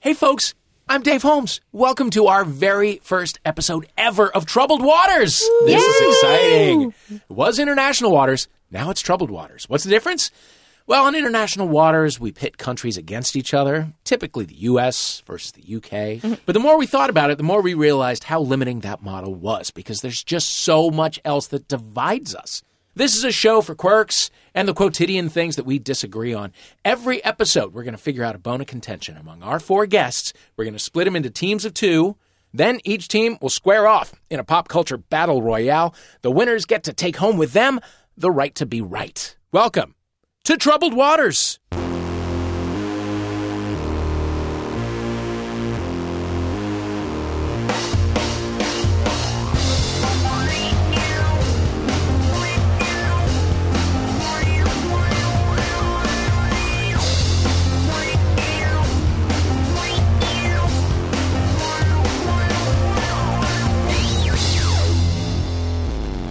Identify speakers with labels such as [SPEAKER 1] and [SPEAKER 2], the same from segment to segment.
[SPEAKER 1] Hey, folks, I'm Dave Holmes. Welcome to our very first episode ever of Troubled Waters. This is exciting. It was international waters, now it's troubled waters. What's the difference? Well, on international waters, we pit countries against each other, typically the US versus the UK. But the more we thought about it, the more we realized how limiting that model was because there's just so much else that divides us. This is a show for quirks and the quotidian things that we disagree on. Every episode, we're going to figure out a bone of contention among our four guests. We're going to split them into teams of two. Then each team will square off in a pop culture battle royale. The winners get to take home with them the right to be right. Welcome to Troubled Waters.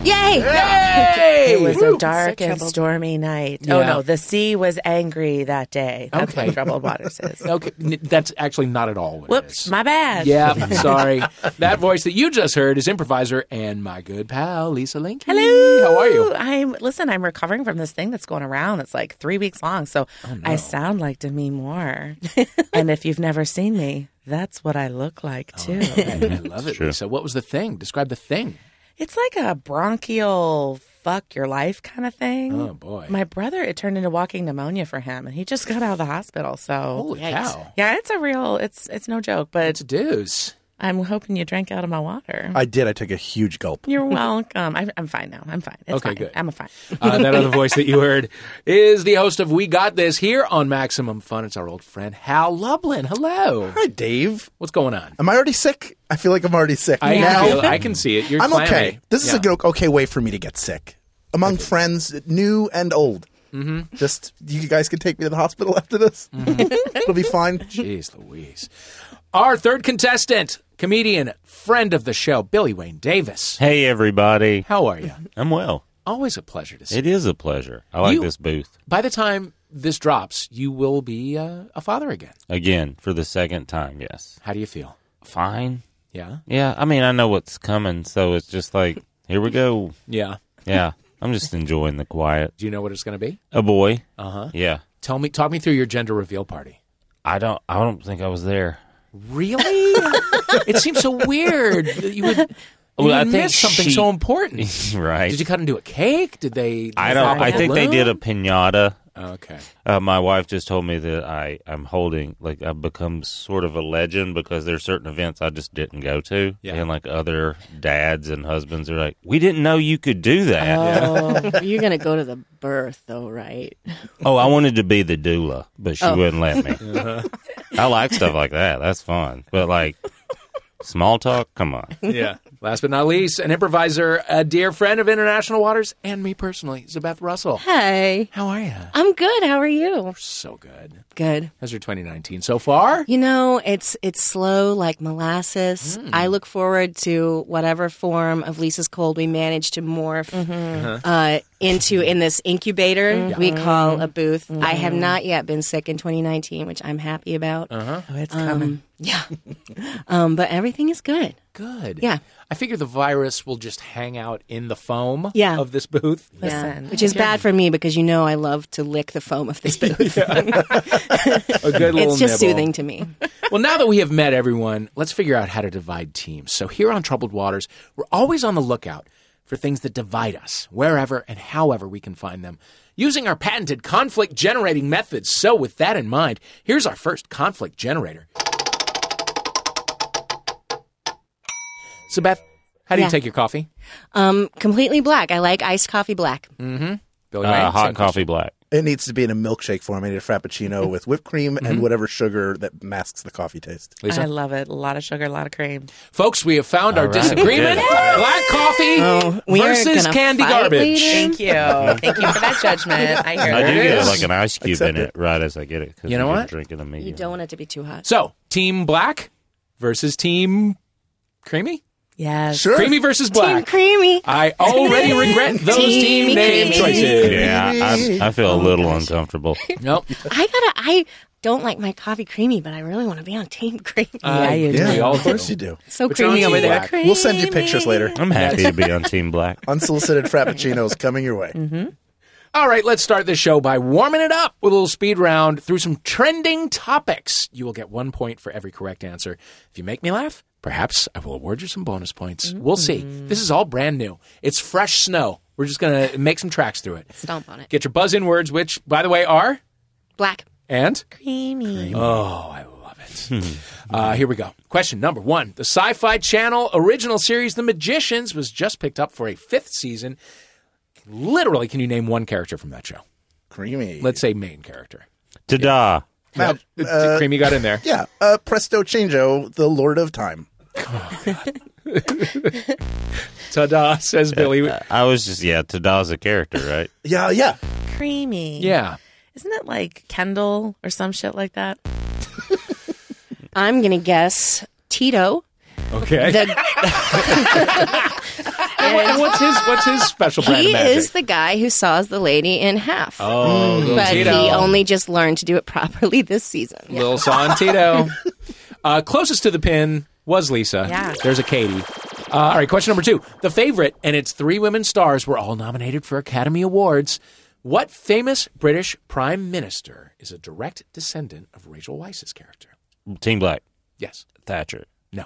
[SPEAKER 2] Yay!
[SPEAKER 1] Hey!
[SPEAKER 3] It was
[SPEAKER 1] Woo!
[SPEAKER 3] a dark and
[SPEAKER 2] troubled.
[SPEAKER 3] stormy night. Oh
[SPEAKER 1] Yeah.
[SPEAKER 3] no, the sea was angry that day. That's
[SPEAKER 1] Okay.
[SPEAKER 3] what troubled waters is.
[SPEAKER 1] Okay, n- that's actually not at all what it
[SPEAKER 3] Whoops,
[SPEAKER 1] is.
[SPEAKER 3] my bad.
[SPEAKER 1] yeah, sorry. That voice that you just heard is improviser and my good pal Lisa Link.
[SPEAKER 3] Hello.
[SPEAKER 1] How are you?
[SPEAKER 3] I'm listen. I'm recovering from this thing that's going around. That's like three weeks long. So
[SPEAKER 1] Oh,
[SPEAKER 3] I sound like Demi Moore. and if you've never seen me, that's what I look like
[SPEAKER 1] Oh,
[SPEAKER 3] too.
[SPEAKER 1] I love it, Lisa. What was the thing? Describe the thing.
[SPEAKER 3] It's like a bronchial fuck your life kind of thing.
[SPEAKER 1] Oh, boy.
[SPEAKER 3] My brother, it turned into walking pneumonia for him, and he just got out of the hospital. So
[SPEAKER 1] Holy cow!
[SPEAKER 3] yeah, it's a real. It's it's no joke, but
[SPEAKER 1] It's a deuce.
[SPEAKER 3] I'm hoping you drank out of my water.
[SPEAKER 4] I did. I took a huge gulp.
[SPEAKER 3] You're welcome. I, I'm fine now. I'm fine. It's
[SPEAKER 1] Okay,
[SPEAKER 3] fine.
[SPEAKER 1] good.
[SPEAKER 3] I'm fine.
[SPEAKER 1] Uh, that other voice that you heard is the host of We Got This here on Maximum Fun. It's our old friend Hal Lublin. Hello.
[SPEAKER 4] Hi, Dave.
[SPEAKER 1] What's going on?
[SPEAKER 4] Am I already sick? I feel like I'm already sick.
[SPEAKER 1] I,
[SPEAKER 4] now
[SPEAKER 1] feel- I can see it. You're
[SPEAKER 4] I'm
[SPEAKER 1] clammy.
[SPEAKER 4] okay. This is
[SPEAKER 1] Yeah.
[SPEAKER 4] a good, okay way for me to get sick among friends, new and old. Mm-hmm. Just you guys can take me to the hospital after this. It'll be fine.
[SPEAKER 1] Mm-hmm. Jeez Louise. Our third contestant, comedian, friend of the show, Billy Wayne Davis.
[SPEAKER 5] Hey, everybody.
[SPEAKER 1] How are you?
[SPEAKER 5] I'm well.
[SPEAKER 1] Always a pleasure to see. you.
[SPEAKER 5] It is a pleasure. I like
[SPEAKER 1] You-
[SPEAKER 5] this booth
[SPEAKER 1] By the time this drops, you will be uh, a father again.
[SPEAKER 5] again for the second time. Yes.
[SPEAKER 1] How do you feel?
[SPEAKER 5] Fine.
[SPEAKER 1] Yeah.
[SPEAKER 5] Yeah. I mean, I know what's coming. So it's just like, here we go.
[SPEAKER 1] Yeah.
[SPEAKER 5] Yeah. I'm just enjoying the quiet.
[SPEAKER 1] Do you know what it's going to be?
[SPEAKER 5] A boy.
[SPEAKER 1] Uh huh.
[SPEAKER 5] Yeah.
[SPEAKER 1] Tell me, talk me through your gender reveal party.
[SPEAKER 5] I don't, I don't think I was there.
[SPEAKER 1] Really? it seems so weird that you would, you
[SPEAKER 5] Well, I
[SPEAKER 1] would
[SPEAKER 5] think
[SPEAKER 1] miss something
[SPEAKER 5] she-
[SPEAKER 1] so important.
[SPEAKER 5] right.
[SPEAKER 1] Did you cut into a cake? Did they?
[SPEAKER 5] I don't, I think they did a pinata.
[SPEAKER 1] Okay.
[SPEAKER 5] Uh, my wife just told me that I, I'm holding, like, I've become sort of a legend because there's certain events I just didn't go to.
[SPEAKER 1] Yeah.
[SPEAKER 5] And, like, other dads and husbands are like, we didn't know you could do that.
[SPEAKER 2] Oh, you're gonna go to the birth though, right?
[SPEAKER 5] Oh, I wanted to be the doula, but she
[SPEAKER 2] Oh.
[SPEAKER 5] wouldn't let me.
[SPEAKER 1] Uh-huh.
[SPEAKER 5] I like stuff like that. That's fun. But like small talk, come on.
[SPEAKER 1] Yeah. Last but not least, an improviser, a dear friend of International Waters, and me personally, Zabeth Russell.
[SPEAKER 2] Hi,
[SPEAKER 1] How are you?
[SPEAKER 2] I'm good. How are you?
[SPEAKER 1] So good.
[SPEAKER 2] Good.
[SPEAKER 1] How's your 2019 so far?
[SPEAKER 2] You know, it's it's slow like molasses.
[SPEAKER 3] Mm.
[SPEAKER 2] I look forward to whatever form of Lisa's cold we manage to morph
[SPEAKER 3] Uh-huh.
[SPEAKER 2] uh, into in this incubator we call a booth. I have not yet been sick in 2019, which I'm happy about.
[SPEAKER 3] Oh, it's
[SPEAKER 1] Um,
[SPEAKER 3] coming.
[SPEAKER 2] Yeah, um, but everything is good.
[SPEAKER 1] Good.
[SPEAKER 2] Yeah.
[SPEAKER 1] I figure the virus will just hang out in the foam
[SPEAKER 2] Yeah.
[SPEAKER 1] of this booth.
[SPEAKER 3] Listen,
[SPEAKER 2] Which is bad for me because you know I love to lick the foam of this booth.
[SPEAKER 1] A good little
[SPEAKER 2] it's just
[SPEAKER 1] nibble.
[SPEAKER 2] soothing to me.
[SPEAKER 1] Well, now that we have met everyone, let's figure out how to divide teams. So here on Troubled Waters, we're always on the lookout for things that divide us, wherever and however we can find them, using our patented conflict generating methods. So with that in mind, here's our first conflict generator. So Beth, how do
[SPEAKER 2] Yeah.
[SPEAKER 1] you take your coffee?
[SPEAKER 2] Um, completely black. I like iced coffee black.
[SPEAKER 1] Mm-hmm. Billy Wayne,
[SPEAKER 5] Uh,
[SPEAKER 1] same
[SPEAKER 5] hot
[SPEAKER 1] question.
[SPEAKER 5] coffee black.
[SPEAKER 4] It needs to be in a milkshake form. I need a
[SPEAKER 1] Mm-hmm.
[SPEAKER 4] frappuccino with whipped cream and whatever sugar that masks the coffee taste.
[SPEAKER 1] Lisa?
[SPEAKER 3] I love it. A lot of sugar, a lot of cream.
[SPEAKER 1] Folks, we have found our
[SPEAKER 5] All right,
[SPEAKER 1] disagreement.
[SPEAKER 5] good.
[SPEAKER 1] Black coffee
[SPEAKER 2] Oh, we are
[SPEAKER 1] versus
[SPEAKER 2] gonna
[SPEAKER 1] candy
[SPEAKER 2] fight
[SPEAKER 1] garbage.
[SPEAKER 2] later.
[SPEAKER 3] Thank you. Thank you for that judgment. I hear
[SPEAKER 5] I do
[SPEAKER 3] it.
[SPEAKER 5] get
[SPEAKER 1] is.
[SPEAKER 5] like an ice cube
[SPEAKER 4] Accept
[SPEAKER 5] in it right as I get it. 'cause
[SPEAKER 1] You know
[SPEAKER 5] you're
[SPEAKER 1] what?
[SPEAKER 5] Drinking a medium.
[SPEAKER 2] You don't want it to be too hot.
[SPEAKER 1] So, team black versus team creamy?
[SPEAKER 3] Yes.
[SPEAKER 4] Sure.
[SPEAKER 1] Creamy versus
[SPEAKER 2] Team
[SPEAKER 1] black.
[SPEAKER 2] creamy.
[SPEAKER 1] I already regret those team,
[SPEAKER 2] Team
[SPEAKER 1] name
[SPEAKER 2] Creamy.
[SPEAKER 1] choices.
[SPEAKER 5] Yeah, I, I feel a little uncomfortable.
[SPEAKER 1] Nope.
[SPEAKER 2] I gotta. I don't like my coffee creamy, but I really want to be on Team Creamy.
[SPEAKER 3] Yeah, you
[SPEAKER 4] Yeah,
[SPEAKER 1] We all
[SPEAKER 4] of course
[SPEAKER 1] do.
[SPEAKER 4] you do.
[SPEAKER 2] so
[SPEAKER 1] But you're on
[SPEAKER 2] creamy
[SPEAKER 1] Team
[SPEAKER 2] over there.
[SPEAKER 1] Black.
[SPEAKER 4] We'll send you pictures later.
[SPEAKER 5] I'm happy to be on Team Black.
[SPEAKER 4] Unsolicited frappuccinos coming your way.
[SPEAKER 2] Mm-hmm.
[SPEAKER 1] All right, let's start the show by warming it up with a little speed round through some trending topics. You will get one point for every correct answer. If you make me laugh, perhaps I will award you some bonus points. We'll see. This is all brand new. It's fresh snow. We're just going to make some tracks through it.
[SPEAKER 2] Stomp on it.
[SPEAKER 1] Get your buzz in words, which, by the way, are
[SPEAKER 2] Black.
[SPEAKER 1] and.
[SPEAKER 3] Creamy.
[SPEAKER 1] Oh, I love it. uh, here we go. Question number one The Sci Fi Channel original series, The Magicians, was just picked up for a fifth season. Literally, can you name one character from that show?
[SPEAKER 4] Creamy.
[SPEAKER 1] Let's say main character.
[SPEAKER 5] Ta-da!
[SPEAKER 4] Matt,
[SPEAKER 1] Yep.
[SPEAKER 4] uh,
[SPEAKER 1] Creamy got in there.
[SPEAKER 4] yeah. Uh, Presto Changeo, the Lord of Time.
[SPEAKER 1] Ta-da, says Billy.
[SPEAKER 5] I was just yeah, Tada's a character, right?
[SPEAKER 4] Yeah, yeah.
[SPEAKER 3] Creamy.
[SPEAKER 1] Yeah.
[SPEAKER 3] Isn't it like Kendall or some shit like that?
[SPEAKER 2] I'm gonna guess Tito.
[SPEAKER 1] Okay.
[SPEAKER 2] The,
[SPEAKER 1] And what's his What's his special brand
[SPEAKER 2] he
[SPEAKER 1] of magic?
[SPEAKER 2] is the guy who saws the lady in half.
[SPEAKER 1] oh, little
[SPEAKER 2] but
[SPEAKER 1] Tito.
[SPEAKER 2] he only just learned to do it properly this season.
[SPEAKER 1] little Son Tito. uh, closest to the pin was Lisa.
[SPEAKER 3] Yeah.
[SPEAKER 1] There's a Katie. Uh, all right, question number two. The favorite and its three women stars were all nominated for Academy Awards. What famous British prime minister is a direct descendant of Rachel Weisz's character?
[SPEAKER 5] Team Black.
[SPEAKER 1] Yes.
[SPEAKER 5] Thatcher.
[SPEAKER 1] No.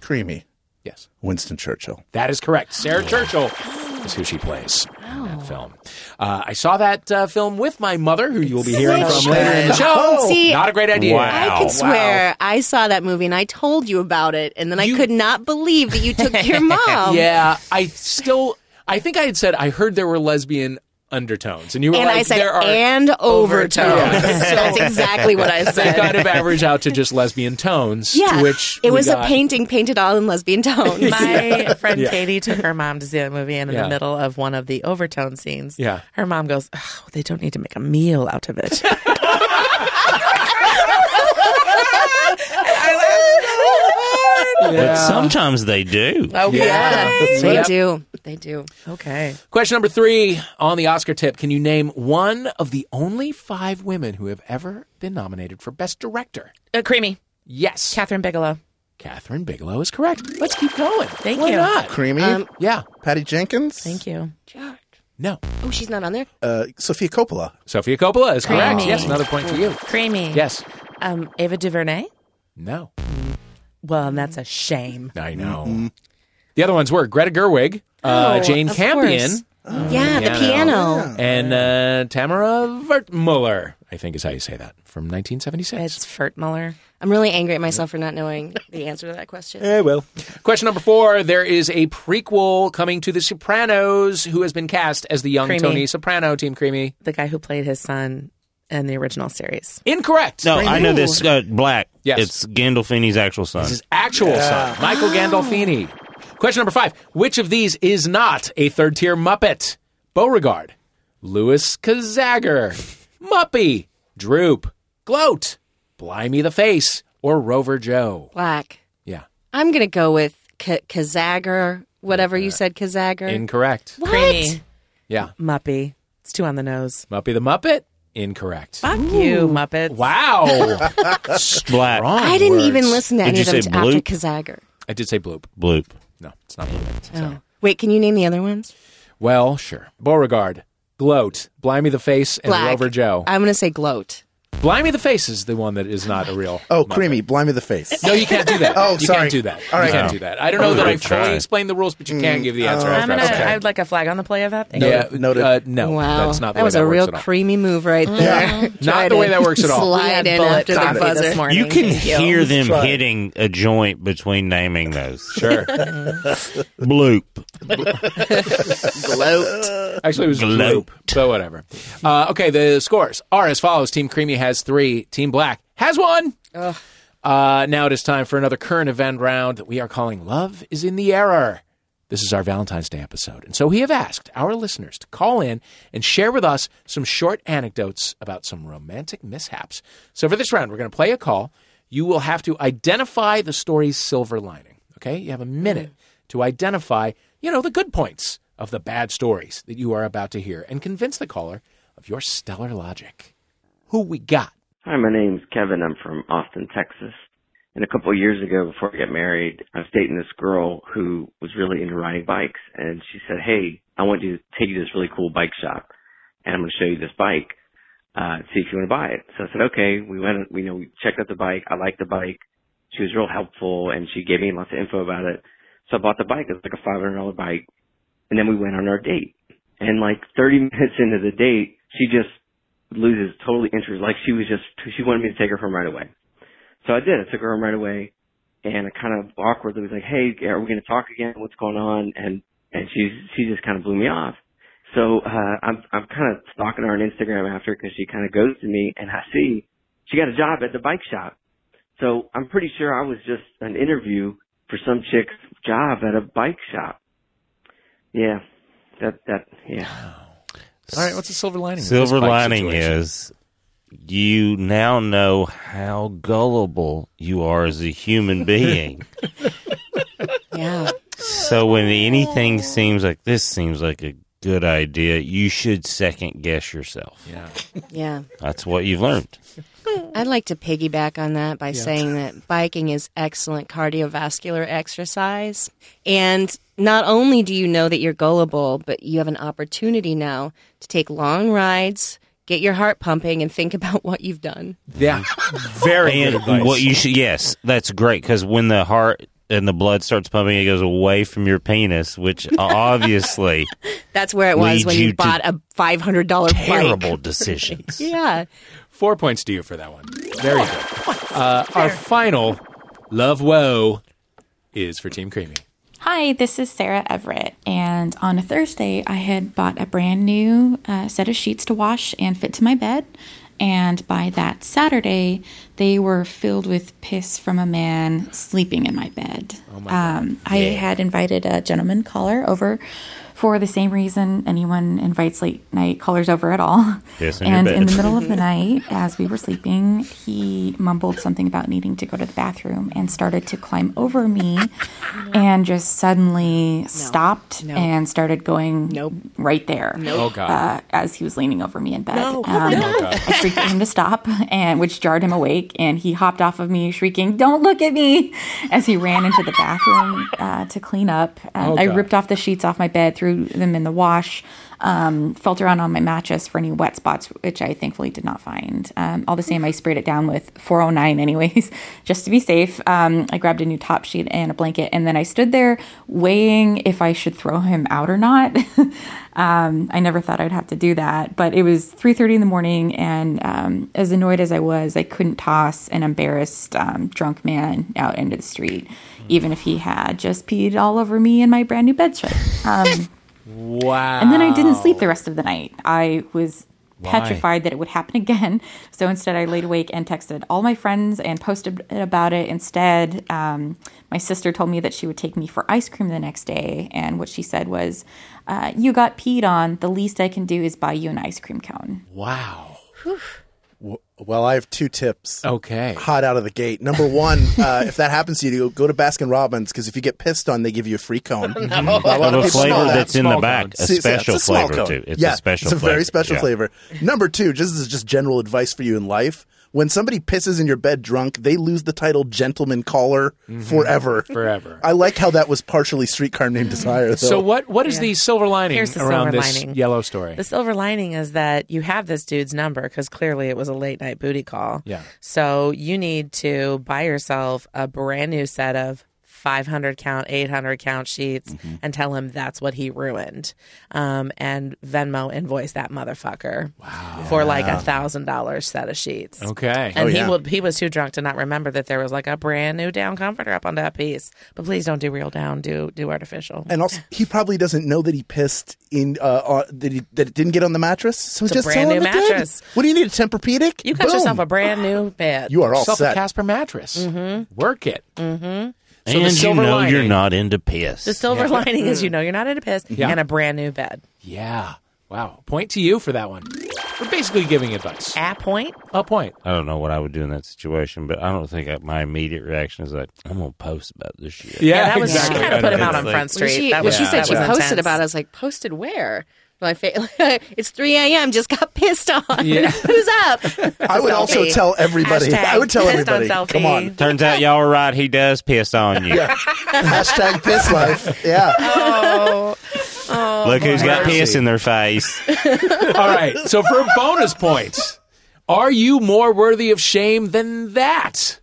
[SPEAKER 4] Creamy.
[SPEAKER 1] Yes.
[SPEAKER 4] Winston Churchill.
[SPEAKER 1] That is correct. Sarah Churchill is who she plays in that film. Uh, I saw that uh, film with my mother, who you will be hearing from later in the show.
[SPEAKER 2] Oh. See,
[SPEAKER 1] Not a great idea.
[SPEAKER 5] Wow.
[SPEAKER 2] I could swear I saw that movie and I told you about it, and then
[SPEAKER 1] You-
[SPEAKER 2] I could not believe that you took your mom.
[SPEAKER 1] Yeah, I still. I think I had said I heard there were lesbian undertones, and you were
[SPEAKER 2] And
[SPEAKER 1] like,
[SPEAKER 2] I said,
[SPEAKER 1] "There are."
[SPEAKER 2] and overtone.
[SPEAKER 1] overtones.
[SPEAKER 2] so that's exactly what I
[SPEAKER 1] they
[SPEAKER 2] said.
[SPEAKER 1] kind of average out to just lesbian tones. to
[SPEAKER 2] yeah,
[SPEAKER 1] which
[SPEAKER 2] it
[SPEAKER 1] we
[SPEAKER 2] was
[SPEAKER 1] got-
[SPEAKER 2] a painting painted all in lesbian tones.
[SPEAKER 3] My friend Katie took her mom to see that movie, and in
[SPEAKER 1] Yeah.
[SPEAKER 3] the middle of one of the overtone scenes,
[SPEAKER 1] Yeah.
[SPEAKER 3] her mom goes, oh, "They don't need to make a meal out of it."
[SPEAKER 5] But sometimes they do.
[SPEAKER 1] Oh,
[SPEAKER 3] okay.
[SPEAKER 2] they do. They do.
[SPEAKER 3] Okay.
[SPEAKER 1] Question number three on the Oscar tip: Can you name one of the only five women who have ever been nominated for Best Director?
[SPEAKER 3] Uh, creamy.
[SPEAKER 1] Yes,
[SPEAKER 3] Catherine Bigelow.
[SPEAKER 1] Catherine Bigelow is correct. Let's keep going.
[SPEAKER 3] Thank
[SPEAKER 1] Why
[SPEAKER 3] you.
[SPEAKER 1] not?
[SPEAKER 4] Creamy.
[SPEAKER 1] Yeah.
[SPEAKER 4] Patty Jenkins.
[SPEAKER 3] Um, Thank you.
[SPEAKER 2] George.
[SPEAKER 1] No.
[SPEAKER 2] Oh, she's not on there.
[SPEAKER 4] Uh, Sophia Coppola.
[SPEAKER 1] Sophia Coppola is correct.
[SPEAKER 3] Creamy.
[SPEAKER 1] Yes, another point for you.
[SPEAKER 3] Creamy.
[SPEAKER 1] Yes.
[SPEAKER 3] Um, Ava DuVernay.
[SPEAKER 1] No.
[SPEAKER 3] Well, and that's a shame.
[SPEAKER 1] I know. The other ones were Greta Gerwig, uh,
[SPEAKER 2] Oh,
[SPEAKER 1] Jane
[SPEAKER 2] of
[SPEAKER 1] Campion,
[SPEAKER 2] course. yeah, the
[SPEAKER 1] piano.
[SPEAKER 2] piano.
[SPEAKER 1] and uh, Tamara Wertmuller. I think is how you say that from 1976.
[SPEAKER 3] It's Fertmuller.
[SPEAKER 2] I'm really angry at myself for not knowing the answer to that question.
[SPEAKER 1] Eh, well. Question number four: There is a prequel coming to The Sopranos. Who has been cast as the young
[SPEAKER 3] Creamy.
[SPEAKER 1] Tony Soprano? Team Creamy.
[SPEAKER 3] the guy who played his son in the original series.
[SPEAKER 1] Incorrect.
[SPEAKER 5] No, I know this. Uh, black.
[SPEAKER 1] Yes.
[SPEAKER 5] It's Gandolfini's actual son.
[SPEAKER 1] His actual son, Michael Gandolfini. Question number five: Which of these is not a third-tier Muppet? Beauregard, Louis Kazagger, Muppy, Droop, Gloat, Blimey the Face, or Rover Joe?
[SPEAKER 2] Black.
[SPEAKER 1] Yeah,
[SPEAKER 2] I'm gonna go with K- Kazagger, whatever
[SPEAKER 1] Uh,
[SPEAKER 2] you said, Kazagger.
[SPEAKER 1] incorrect.
[SPEAKER 2] what?
[SPEAKER 3] Creamy.
[SPEAKER 1] Yeah,
[SPEAKER 3] Muppy. It's two on the nose.
[SPEAKER 1] Muppy the Muppet, incorrect.
[SPEAKER 3] Fuck you, Muppets.
[SPEAKER 1] Wow,
[SPEAKER 5] Black.
[SPEAKER 1] Wrong
[SPEAKER 2] I didn't
[SPEAKER 1] words.
[SPEAKER 2] even listen to
[SPEAKER 5] Did
[SPEAKER 2] any
[SPEAKER 5] you
[SPEAKER 2] of them
[SPEAKER 5] say
[SPEAKER 2] t- after
[SPEAKER 5] bloop?
[SPEAKER 2] Kazagger.
[SPEAKER 1] I did say bloop.
[SPEAKER 5] Bloop.
[SPEAKER 1] No, it's not bloop.
[SPEAKER 2] Oh. Wait, can you name the other ones?
[SPEAKER 1] Well, sure. Beauregard, Gloat, Blimey the Face, and
[SPEAKER 2] Black.
[SPEAKER 1] Rover Joe.
[SPEAKER 2] I'm gonna say gloat.
[SPEAKER 1] Blimey the Face is the one that is not a real.
[SPEAKER 4] Oh,
[SPEAKER 1] Muppet.
[SPEAKER 4] Creamy. Blind me the face.
[SPEAKER 1] No, you can't do that.
[SPEAKER 4] Oh,
[SPEAKER 1] you
[SPEAKER 4] sorry.
[SPEAKER 1] can't do that.
[SPEAKER 4] All
[SPEAKER 1] You
[SPEAKER 4] right. Mm.
[SPEAKER 1] can't do that. I don't know that I
[SPEAKER 5] Good try.
[SPEAKER 1] fully explained the rules, but you can give the
[SPEAKER 4] Oh.
[SPEAKER 1] answer
[SPEAKER 3] I'm
[SPEAKER 1] after
[SPEAKER 3] gonna,
[SPEAKER 1] I say it.
[SPEAKER 3] I would like a flag on the play of that. Thank
[SPEAKER 1] Yeah,
[SPEAKER 4] Noted. Noted.
[SPEAKER 1] Uh, no,
[SPEAKER 2] wow,
[SPEAKER 1] that's not the
[SPEAKER 2] that
[SPEAKER 1] way
[SPEAKER 2] was
[SPEAKER 1] that
[SPEAKER 2] a
[SPEAKER 1] works
[SPEAKER 2] real
[SPEAKER 1] at all.
[SPEAKER 2] creamy move right there.
[SPEAKER 1] Not
[SPEAKER 2] Tried
[SPEAKER 1] the way
[SPEAKER 2] to
[SPEAKER 1] that works at all.
[SPEAKER 3] We had
[SPEAKER 2] Slide in
[SPEAKER 3] bullet
[SPEAKER 2] after the
[SPEAKER 3] coffee this
[SPEAKER 2] buzzer.
[SPEAKER 3] morning.
[SPEAKER 5] You can
[SPEAKER 3] Thank you.
[SPEAKER 5] hear them
[SPEAKER 4] Try it.
[SPEAKER 5] hitting a joint between naming those.
[SPEAKER 1] Sure.
[SPEAKER 5] Bloop.
[SPEAKER 1] Actually, it was
[SPEAKER 5] Gloat.
[SPEAKER 1] gloop, but whatever. Uh, okay, the scores are as follows: Team Creamy has three, Team Black has one. Uh, now it is time for another current event round that we are calling "Love Is in the Error." This is our Valentine's Day episode, and so we have asked our listeners to call in and share with us some short anecdotes about some romantic mishaps. So for this round, we're going to play a call. You will have to identify the story's silver lining. Okay, you have a
[SPEAKER 3] Hmm.
[SPEAKER 1] minute to identify, you know, the good points of the bad stories that you are about to hear, and convince the caller of your stellar logic. Who we got?
[SPEAKER 6] Hi, my name's Kevin. I'm from Austin, Texas. And a couple of years ago, before I got married, I was dating this girl who was really into riding bikes. And she said, Hey, I want you to take you to this really cool bike shop. And I'm going to show you this bike. Uh, see if you want to buy it. So I said, okay. We went, we, you know, we checked out the bike. I liked the bike. She was real helpful and she gave me lots of info about it. So I bought the bike. It was like a $500 bike. And then we went on our date. And like 30 minutes into the date, she just loses totally interest. Like she was just, she wanted me to take her home right away. So I did. I took her home right away, and I kind of awkwardly was like, "Hey, are we going to talk again? What's going on?" And and she she just kind of blew me off. So uh, I'm I'm kind of stalking her on Instagram after because she kind of goes to me, and I see she got a job at the bike shop. So I'm pretty sure I was just an interview for some chick's job at a bike shop. Yeah, that that yeah.
[SPEAKER 1] All right, what's the silver lining? of this
[SPEAKER 5] Silver
[SPEAKER 1] bike
[SPEAKER 5] lining
[SPEAKER 1] situation?
[SPEAKER 5] is you now know how gullible you are as a human being.
[SPEAKER 2] Yeah.
[SPEAKER 5] so when anything seems like this seems like a good idea, you should second guess yourself.
[SPEAKER 1] Yeah.
[SPEAKER 2] Yeah.
[SPEAKER 5] That's what you've learned.
[SPEAKER 2] I'd like to piggyback on that by saying that biking is excellent cardiovascular exercise. And not only do you know that you're gullible, but you have an opportunity now to take long rides, get your heart pumping, and think about what you've done.
[SPEAKER 1] Yeah. Very good advice.
[SPEAKER 5] And what you should, yes, that's great because when the heart and the blood starts pumping, it goes away from your penis, which obviously
[SPEAKER 2] That's where it was
[SPEAKER 5] Leads
[SPEAKER 2] when you,
[SPEAKER 5] you to
[SPEAKER 2] bought a $500 bike.
[SPEAKER 5] terrible decisions.
[SPEAKER 2] Yeah.
[SPEAKER 1] Four points to you for that one. Very good. Uh, our final love woe is for Team Creamy.
[SPEAKER 7] Hi, this is Sarah Everett, and on a Thursday, I had bought a brand new uh, set of sheets to wash and fit to my bed. And by that Saturday, they were filled with piss from a man sleeping in my bed. Oh my God. Um, I had invited a gentleman caller over for the same reason anyone invites late night callers over at all.
[SPEAKER 5] Piss in your
[SPEAKER 7] and
[SPEAKER 5] bed.
[SPEAKER 7] in the middle of the night, as we were sleeping, he mumbled something about needing to go to the bathroom and started to climb over me and just suddenly stopped and started going
[SPEAKER 2] Nope.
[SPEAKER 7] right there
[SPEAKER 1] Oh, God.
[SPEAKER 7] uh, as he was leaning over me in bed.
[SPEAKER 2] No. Oh,
[SPEAKER 7] Um, I freaked him to stop, and which jarred him awake, and he hopped off of me shrieking, "Don't look at me!" as he ran into the bathroom uh, to clean up. Um,
[SPEAKER 1] Oh,
[SPEAKER 7] I
[SPEAKER 1] God.
[SPEAKER 7] ripped off the sheets off my bed, threw them in the wash. Um, felt around on my mattress for any wet spots, which I thankfully did not find. Um, all the same, I sprayed it down with 409, anyways, just to be safe. Um, I grabbed a new top sheet and a blanket, and then I stood there weighing if I should throw him out or not. um, I never thought I'd have to do that, but it was 3:30 in the morning, and um, as annoyed as I was, I couldn't toss an embarrassed um, drunk man out into the street, even if he had just peed all over me in my brand new bed sheet. Um,
[SPEAKER 1] Wow.
[SPEAKER 7] and then I didn't sleep the rest of the night. I was
[SPEAKER 5] Why?
[SPEAKER 7] petrified that it would happen again. So instead, I laid awake and texted all my friends and posted about it instead. Um, my sister told me that she would take me for ice cream the next day. And what she said was, uh, You got peed on. The least I can do is buy you an ice cream cone.
[SPEAKER 1] Wow.
[SPEAKER 4] Well, I have two tips.
[SPEAKER 1] Okay.
[SPEAKER 4] Hot out of the gate. Number one, uh, if that happens to you, go to Baskin Robbins because if you get pissed on, they give you a free cone. Not a lot of
[SPEAKER 5] Of a
[SPEAKER 4] people know
[SPEAKER 5] flavor
[SPEAKER 4] that.
[SPEAKER 5] that's in
[SPEAKER 1] Small
[SPEAKER 5] the
[SPEAKER 1] cone.
[SPEAKER 5] back, a
[SPEAKER 4] See, it's-
[SPEAKER 5] special
[SPEAKER 4] it's a small
[SPEAKER 5] flavor
[SPEAKER 4] cone.
[SPEAKER 5] too. It's
[SPEAKER 4] yeah,
[SPEAKER 5] a special
[SPEAKER 4] It's a
[SPEAKER 5] flavor.
[SPEAKER 4] very special
[SPEAKER 5] Yeah.
[SPEAKER 4] flavor. Number two, just this is just general advice for you in life. When somebody pisses in your bed drunk, they lose the title gentleman caller forever.
[SPEAKER 1] Mm-hmm. Forever.
[SPEAKER 4] I like how that was partially streetcar named Desire. Though.
[SPEAKER 1] So what what is the silver lining
[SPEAKER 3] Here's the
[SPEAKER 1] around
[SPEAKER 3] silver
[SPEAKER 1] this
[SPEAKER 3] lining.
[SPEAKER 1] yellow story?
[SPEAKER 3] The silver lining is that you have this dude's number because clearly it was a late night booty call.
[SPEAKER 1] Yeah.
[SPEAKER 3] So you need to buy yourself a brand new set of 500 count, 800 count sheets
[SPEAKER 1] Mm-hmm.
[SPEAKER 3] and tell him that's what he ruined. Um, and Venmo invoice that motherfucker wow. for like a $1,000 set of sheets.
[SPEAKER 1] Okay.
[SPEAKER 3] And
[SPEAKER 4] Oh, yeah.
[SPEAKER 3] he, will, he was too drunk to not remember that there was like a brand new down comforter up on that piece. But please don't do real down, do do artificial.
[SPEAKER 4] and also, he probably doesn't know that he pissed in uh, uh that, he, that it didn't get on the mattress. So
[SPEAKER 3] It's a
[SPEAKER 4] just
[SPEAKER 3] brand
[SPEAKER 4] tell him
[SPEAKER 3] new
[SPEAKER 4] it did.
[SPEAKER 3] mattress.
[SPEAKER 4] What do you need a Tempur-Pedic?
[SPEAKER 3] you got
[SPEAKER 4] Boom.
[SPEAKER 3] yourself a brand new bed.
[SPEAKER 4] You are all
[SPEAKER 1] Self a
[SPEAKER 4] set.
[SPEAKER 1] Casper mattress. Work it. Mm-hmm. So
[SPEAKER 5] and
[SPEAKER 1] the
[SPEAKER 5] you
[SPEAKER 1] silver
[SPEAKER 5] know
[SPEAKER 1] lining.
[SPEAKER 5] you're not into piss.
[SPEAKER 3] The silver
[SPEAKER 1] Mm.
[SPEAKER 3] lining is you know you're not into piss and a brand new bed.
[SPEAKER 1] Yeah. Wow. Point to you for that one. We're basically giving advice.
[SPEAKER 3] At point,
[SPEAKER 1] A point.
[SPEAKER 5] I don't know what I would do in that situation, but I don't think I, my immediate reaction is like, I'm gonna post about this shit.
[SPEAKER 1] Yeah,
[SPEAKER 3] that was
[SPEAKER 1] exactly.
[SPEAKER 3] she kind of put him out
[SPEAKER 5] It's
[SPEAKER 3] on
[SPEAKER 5] like-
[SPEAKER 3] Front Street.
[SPEAKER 2] She,
[SPEAKER 3] that
[SPEAKER 2] well,
[SPEAKER 3] was
[SPEAKER 2] she said
[SPEAKER 3] that
[SPEAKER 2] she
[SPEAKER 3] was
[SPEAKER 2] posted
[SPEAKER 3] intense.
[SPEAKER 2] about it. I was like, posted where? My fa- it's 3 a.m. Just got pissed on.
[SPEAKER 1] Yeah.
[SPEAKER 2] Who's up?
[SPEAKER 4] I would also
[SPEAKER 3] selfie.
[SPEAKER 4] tell everybody.
[SPEAKER 3] Hashtag
[SPEAKER 4] I would tell
[SPEAKER 3] pissed on
[SPEAKER 4] everybody.
[SPEAKER 3] selfie.
[SPEAKER 4] Come on.
[SPEAKER 5] Turns out y'all were right. He does piss on you.
[SPEAKER 4] Hashtag piss life. Yeah.
[SPEAKER 3] Oh,
[SPEAKER 5] Look who's got
[SPEAKER 1] mercy.
[SPEAKER 5] piss in their face.
[SPEAKER 1] All right. So for bonus points, are you more worthy of shame than that?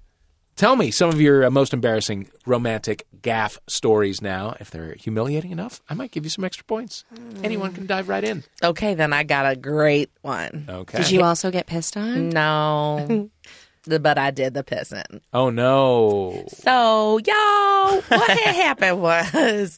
[SPEAKER 1] Tell me some of your uh, most embarrassing romantic gaff stories now. If they're humiliating enough, I might give you some extra points. Anyone can dive right in.
[SPEAKER 3] okay, then I got a great one.
[SPEAKER 1] Okay.
[SPEAKER 2] Did you also get pissed on?
[SPEAKER 3] No, the- but I did the pissing.
[SPEAKER 1] Oh, no.
[SPEAKER 3] So, y'all, what had happened was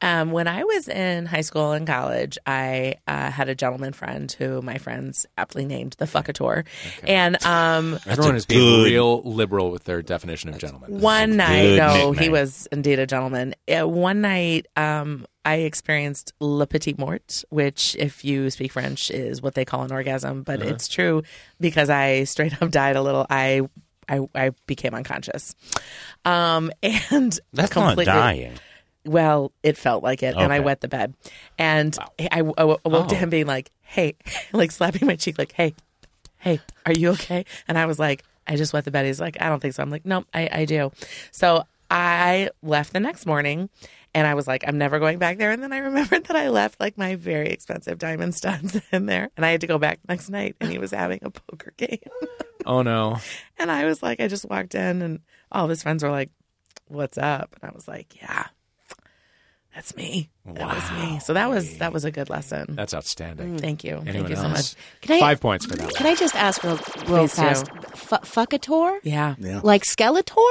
[SPEAKER 3] um, when I was in high school and college, I uh, had a gentleman friend who my friends aptly named the Fuckator. And um,
[SPEAKER 1] Everyone is being
[SPEAKER 5] good-
[SPEAKER 1] real liberal with their definition of gentleman.
[SPEAKER 3] one night,
[SPEAKER 5] good
[SPEAKER 3] no,
[SPEAKER 5] nickname.
[SPEAKER 3] he was indeed a gentleman. Uh, one night, um, I experienced le petit mort, which, if you speak French, is what they call an orgasm, but
[SPEAKER 5] Uh-huh.
[SPEAKER 3] it's true because I straight up died a little. I. I, I became unconscious, um, and
[SPEAKER 5] That's
[SPEAKER 3] completely,
[SPEAKER 5] not dying.
[SPEAKER 3] well, it felt like it, and I
[SPEAKER 5] Okay.
[SPEAKER 3] wet the bed, and I, I awoke to him being like, "Hey," like slapping my cheek, like, "Hey, hey, are you okay?" And I was like, "I just wet the bed." He's like, "I don't think so." I'm like, "No, I, I do." So I left the next morning, and I was like, "I'm never going back there." And then I remembered that I left like my very expensive diamond studs in there, and I had to go back next night, and he was having a poker game.
[SPEAKER 1] Oh, no.
[SPEAKER 3] And I was like, I just walked in and all of his friends were like, What's up? And I was like, Yeah, that's me. That was me. So that was that was a good lesson. Mm,
[SPEAKER 1] That's outstanding.
[SPEAKER 3] Thank you.
[SPEAKER 1] Anyone
[SPEAKER 3] Thank you so
[SPEAKER 1] else?
[SPEAKER 3] much.
[SPEAKER 2] Can I-
[SPEAKER 1] Five points for that.
[SPEAKER 2] Can I just ask real, real
[SPEAKER 3] Please
[SPEAKER 2] fast?
[SPEAKER 3] do.
[SPEAKER 2] F- fuckator?
[SPEAKER 3] Yeah.
[SPEAKER 2] Like Skeletor?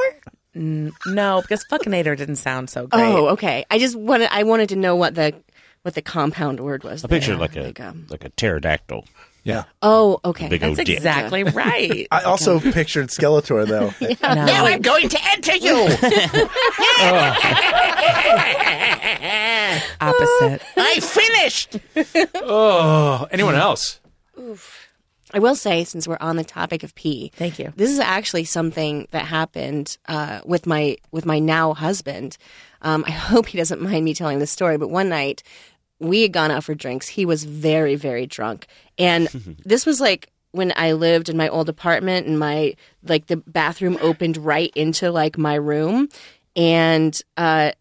[SPEAKER 3] No, because fuckinator didn't sound so great.
[SPEAKER 2] Oh, okay. I just wanted I wanted to know what the what the compound word was.
[SPEAKER 5] I picture
[SPEAKER 2] there.
[SPEAKER 5] like a like a pterodactyl,
[SPEAKER 4] Yeah.
[SPEAKER 2] oh, okay.
[SPEAKER 5] big old
[SPEAKER 3] That's
[SPEAKER 5] dick.
[SPEAKER 3] exactly right.
[SPEAKER 4] I also pictured Skeletor though.
[SPEAKER 3] No.
[SPEAKER 4] I'm going to enter you.
[SPEAKER 2] Oh.
[SPEAKER 3] Opposite.
[SPEAKER 4] I finished.
[SPEAKER 1] Oh, anyone else?
[SPEAKER 2] I will say, since we're on the topic of pee,
[SPEAKER 3] Thank you.
[SPEAKER 2] This is actually something that happened uh, with my with my now husband. Um, I hope he doesn't mind me telling this story, but one night we had gone out for drinks. He was very very drunk, and this was like when I lived in my old apartment, and my like the bathroom opened right into like my room, and uh,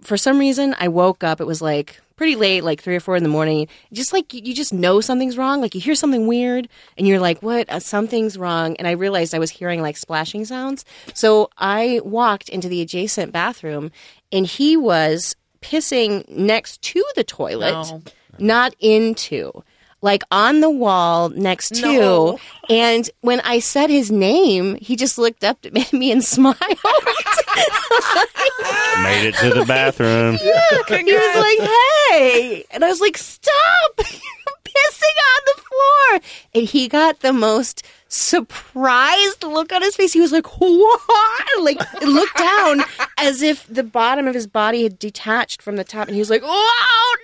[SPEAKER 2] for some reason I woke up. It was like pretty late, like three or four in the morning. Just like you you just know something's wrong. Like you hear something weird, and you're like, "What? Uh, something's wrong." And I realized I was hearing like splashing sounds. So I walked into the adjacent bathroom, and he was pissing next to the toilet,
[SPEAKER 3] No.
[SPEAKER 2] not into. Like on the wall next to,
[SPEAKER 3] No.
[SPEAKER 2] and when I said his name, he just looked up at me and smiled.
[SPEAKER 5] Made it to the bathroom.
[SPEAKER 2] He was like, "Hey," and I was like, "Stop! You're pissing on the floor!" And he got the most surprised look on his face. He was like, "What?" Like, looked down as if the bottom of his body had detached from the top, and he was like, "Oh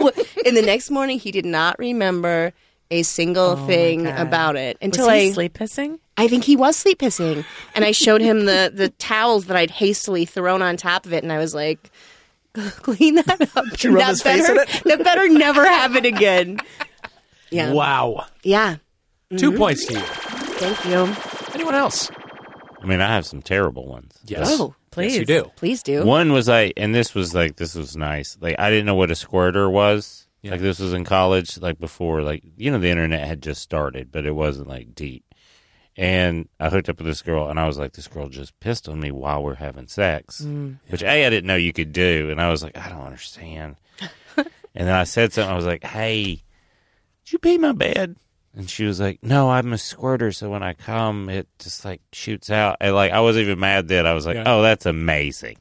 [SPEAKER 2] no!" and the next morning, he did not remember a single thing
[SPEAKER 3] Oh God.
[SPEAKER 2] about it until
[SPEAKER 3] Was
[SPEAKER 2] I.
[SPEAKER 3] he sleep pissing?
[SPEAKER 2] I think he was sleep pissing. And I showed him the, the towels that I'd hastily thrown on top of it. And I was like, clean that up.
[SPEAKER 4] you rub his face
[SPEAKER 2] better,
[SPEAKER 4] in it?
[SPEAKER 2] that better never happen again. Yeah.
[SPEAKER 1] Wow.
[SPEAKER 2] Yeah. Mm-hmm.
[SPEAKER 1] Two points to you.
[SPEAKER 2] Thank you.
[SPEAKER 1] Anyone else?
[SPEAKER 5] I mean, I have some terrible ones.
[SPEAKER 1] Yes.
[SPEAKER 2] Oh,
[SPEAKER 1] Yes, you
[SPEAKER 3] please.
[SPEAKER 1] do.
[SPEAKER 2] Please do.
[SPEAKER 5] One was like, and this was like, this was nice. Like, I didn't know what a squirter was. Like, this was in college, like before, like, you know, the internet had just started, but it wasn't like deep. And I hooked up with this girl, and I was like, this girl just pissed on me while we're having sex, which A, I didn't know you could do. And I was like, I don't understand. and then I said something, I was like, hey, did you pee my bed? And she was like, "No, I'm a squirter, so when I come, it just like shoots out." And like, I wasn't even mad then. I was like,
[SPEAKER 1] Yeah.
[SPEAKER 5] "Oh, that's amazing."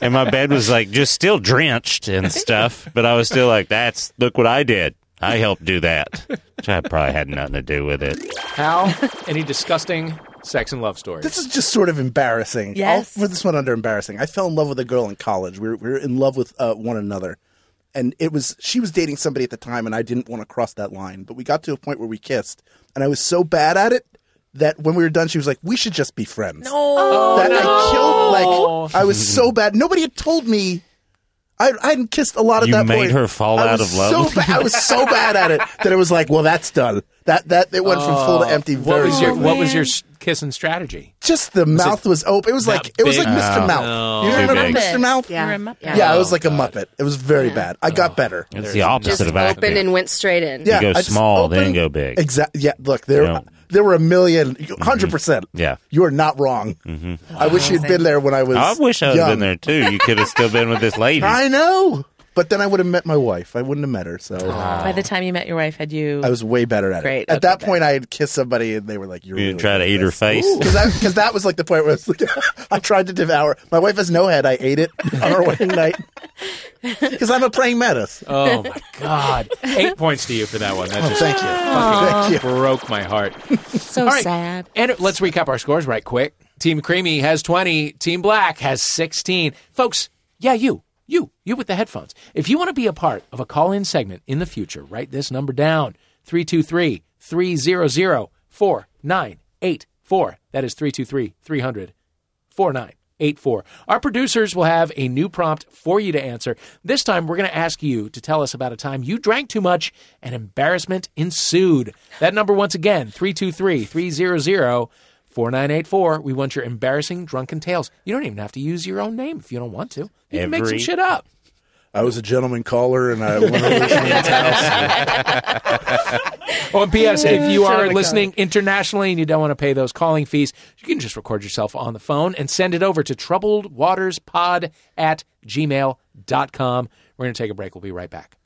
[SPEAKER 5] and my bed was like just still drenched and stuff, but I was still like, "That's look what I did. I helped do that." Which I probably had nothing to do with it.
[SPEAKER 1] Hal, any disgusting sex and love stories?
[SPEAKER 4] This is just sort of embarrassing.
[SPEAKER 3] Yes.
[SPEAKER 4] I'll put this one under embarrassing. I fell in love with a girl in college. We were, we were in love with uh, one another. and it was she was dating somebody at the time, and I didn't want to cross that line. But we got to a point where we kissed, and I was so bad at it that when we were done, she was like, "We should just be friends."
[SPEAKER 3] Oh,
[SPEAKER 4] that I killed. Like I was so bad. Nobody had told me. I, I hadn't kissed a lot at
[SPEAKER 5] You
[SPEAKER 4] that
[SPEAKER 5] made
[SPEAKER 4] point.
[SPEAKER 5] her fall
[SPEAKER 4] I
[SPEAKER 5] out
[SPEAKER 4] was
[SPEAKER 5] of love
[SPEAKER 4] so
[SPEAKER 5] with
[SPEAKER 4] ba- I was so bad at it that it was like, well, that's done. That that it went from full to empty.
[SPEAKER 1] Oh. Uh, What
[SPEAKER 4] very
[SPEAKER 1] was your
[SPEAKER 4] quickly.
[SPEAKER 1] What was your s- kissing strategy?
[SPEAKER 4] Just the mouth was open. It was like it was
[SPEAKER 1] big?
[SPEAKER 4] like Mr.
[SPEAKER 5] Oh.
[SPEAKER 4] Mouth. you
[SPEAKER 5] Too
[SPEAKER 4] remember
[SPEAKER 5] big.
[SPEAKER 4] Mr. Mouth?
[SPEAKER 2] Yeah.
[SPEAKER 3] You're a Muppet.
[SPEAKER 2] Yeah.
[SPEAKER 4] Yeah, it was like a muppet. It was very bad. I got better.
[SPEAKER 5] It's the opposite
[SPEAKER 2] Just
[SPEAKER 5] of acting.
[SPEAKER 2] opened and went straight in.
[SPEAKER 4] Yeah,
[SPEAKER 5] you go
[SPEAKER 4] I just
[SPEAKER 5] small, then
[SPEAKER 4] opened-
[SPEAKER 5] go big.
[SPEAKER 4] Exactly. Yeah. Look, there
[SPEAKER 5] Yeah. Mm-hmm.
[SPEAKER 4] there were a million, hundred percent.
[SPEAKER 5] Yeah. Mm-hmm.
[SPEAKER 4] you are not wrong. I wish you'd been there when I was.
[SPEAKER 5] I wish I would have
[SPEAKER 4] young.
[SPEAKER 5] been there too. You could have still been with this lady.
[SPEAKER 4] I know. But then I would have met my wife. I wouldn't have met her. So
[SPEAKER 3] By the time you met your wife, had you?
[SPEAKER 4] I was way better at it.
[SPEAKER 3] Great,
[SPEAKER 4] At
[SPEAKER 3] okay,
[SPEAKER 4] that
[SPEAKER 3] good.
[SPEAKER 4] point, I had kissed somebody and they were like, You're
[SPEAKER 5] You
[SPEAKER 4] really
[SPEAKER 5] didn't try to eat her face.
[SPEAKER 4] Because that, 'cause that was like the point where I, was like, I tried to devour. My wife has no head. I ate it on our wedding night. Because I'm a praying mantis.
[SPEAKER 1] Oh my God! Eight points to you for that one. That just
[SPEAKER 4] Oh, Thank you. Thank you.
[SPEAKER 1] broke my heart.
[SPEAKER 2] So
[SPEAKER 1] All right.
[SPEAKER 2] sad.
[SPEAKER 1] And let's recap our scores right quick. Team Creamy has 20, Team Black has 16. Folks, yeah, you, you, you with the headphones. If you want to be a part of a call in segment in the future, write this number down 323 300 4984. That is 323 300 4984. Our producers will have a new prompt for you to answer. This time, we're going to ask you to tell us about a time you drank too much and embarrassment ensued. That number, once again, 323 300 4984. We want your embarrassing drunken tales. You don't even have to use your own name if you don't want to. You can make some
[SPEAKER 5] Every-
[SPEAKER 1] shit up.
[SPEAKER 4] I was a gentleman caller and I went over to someone's house.
[SPEAKER 1] Oh, and P.S. If you are listening internationally and you don't want to pay those calling fees, you can just record yourself on the phone and send it over to troubledwaterspod at gmail.com. We're going to take a break. We'll be right back.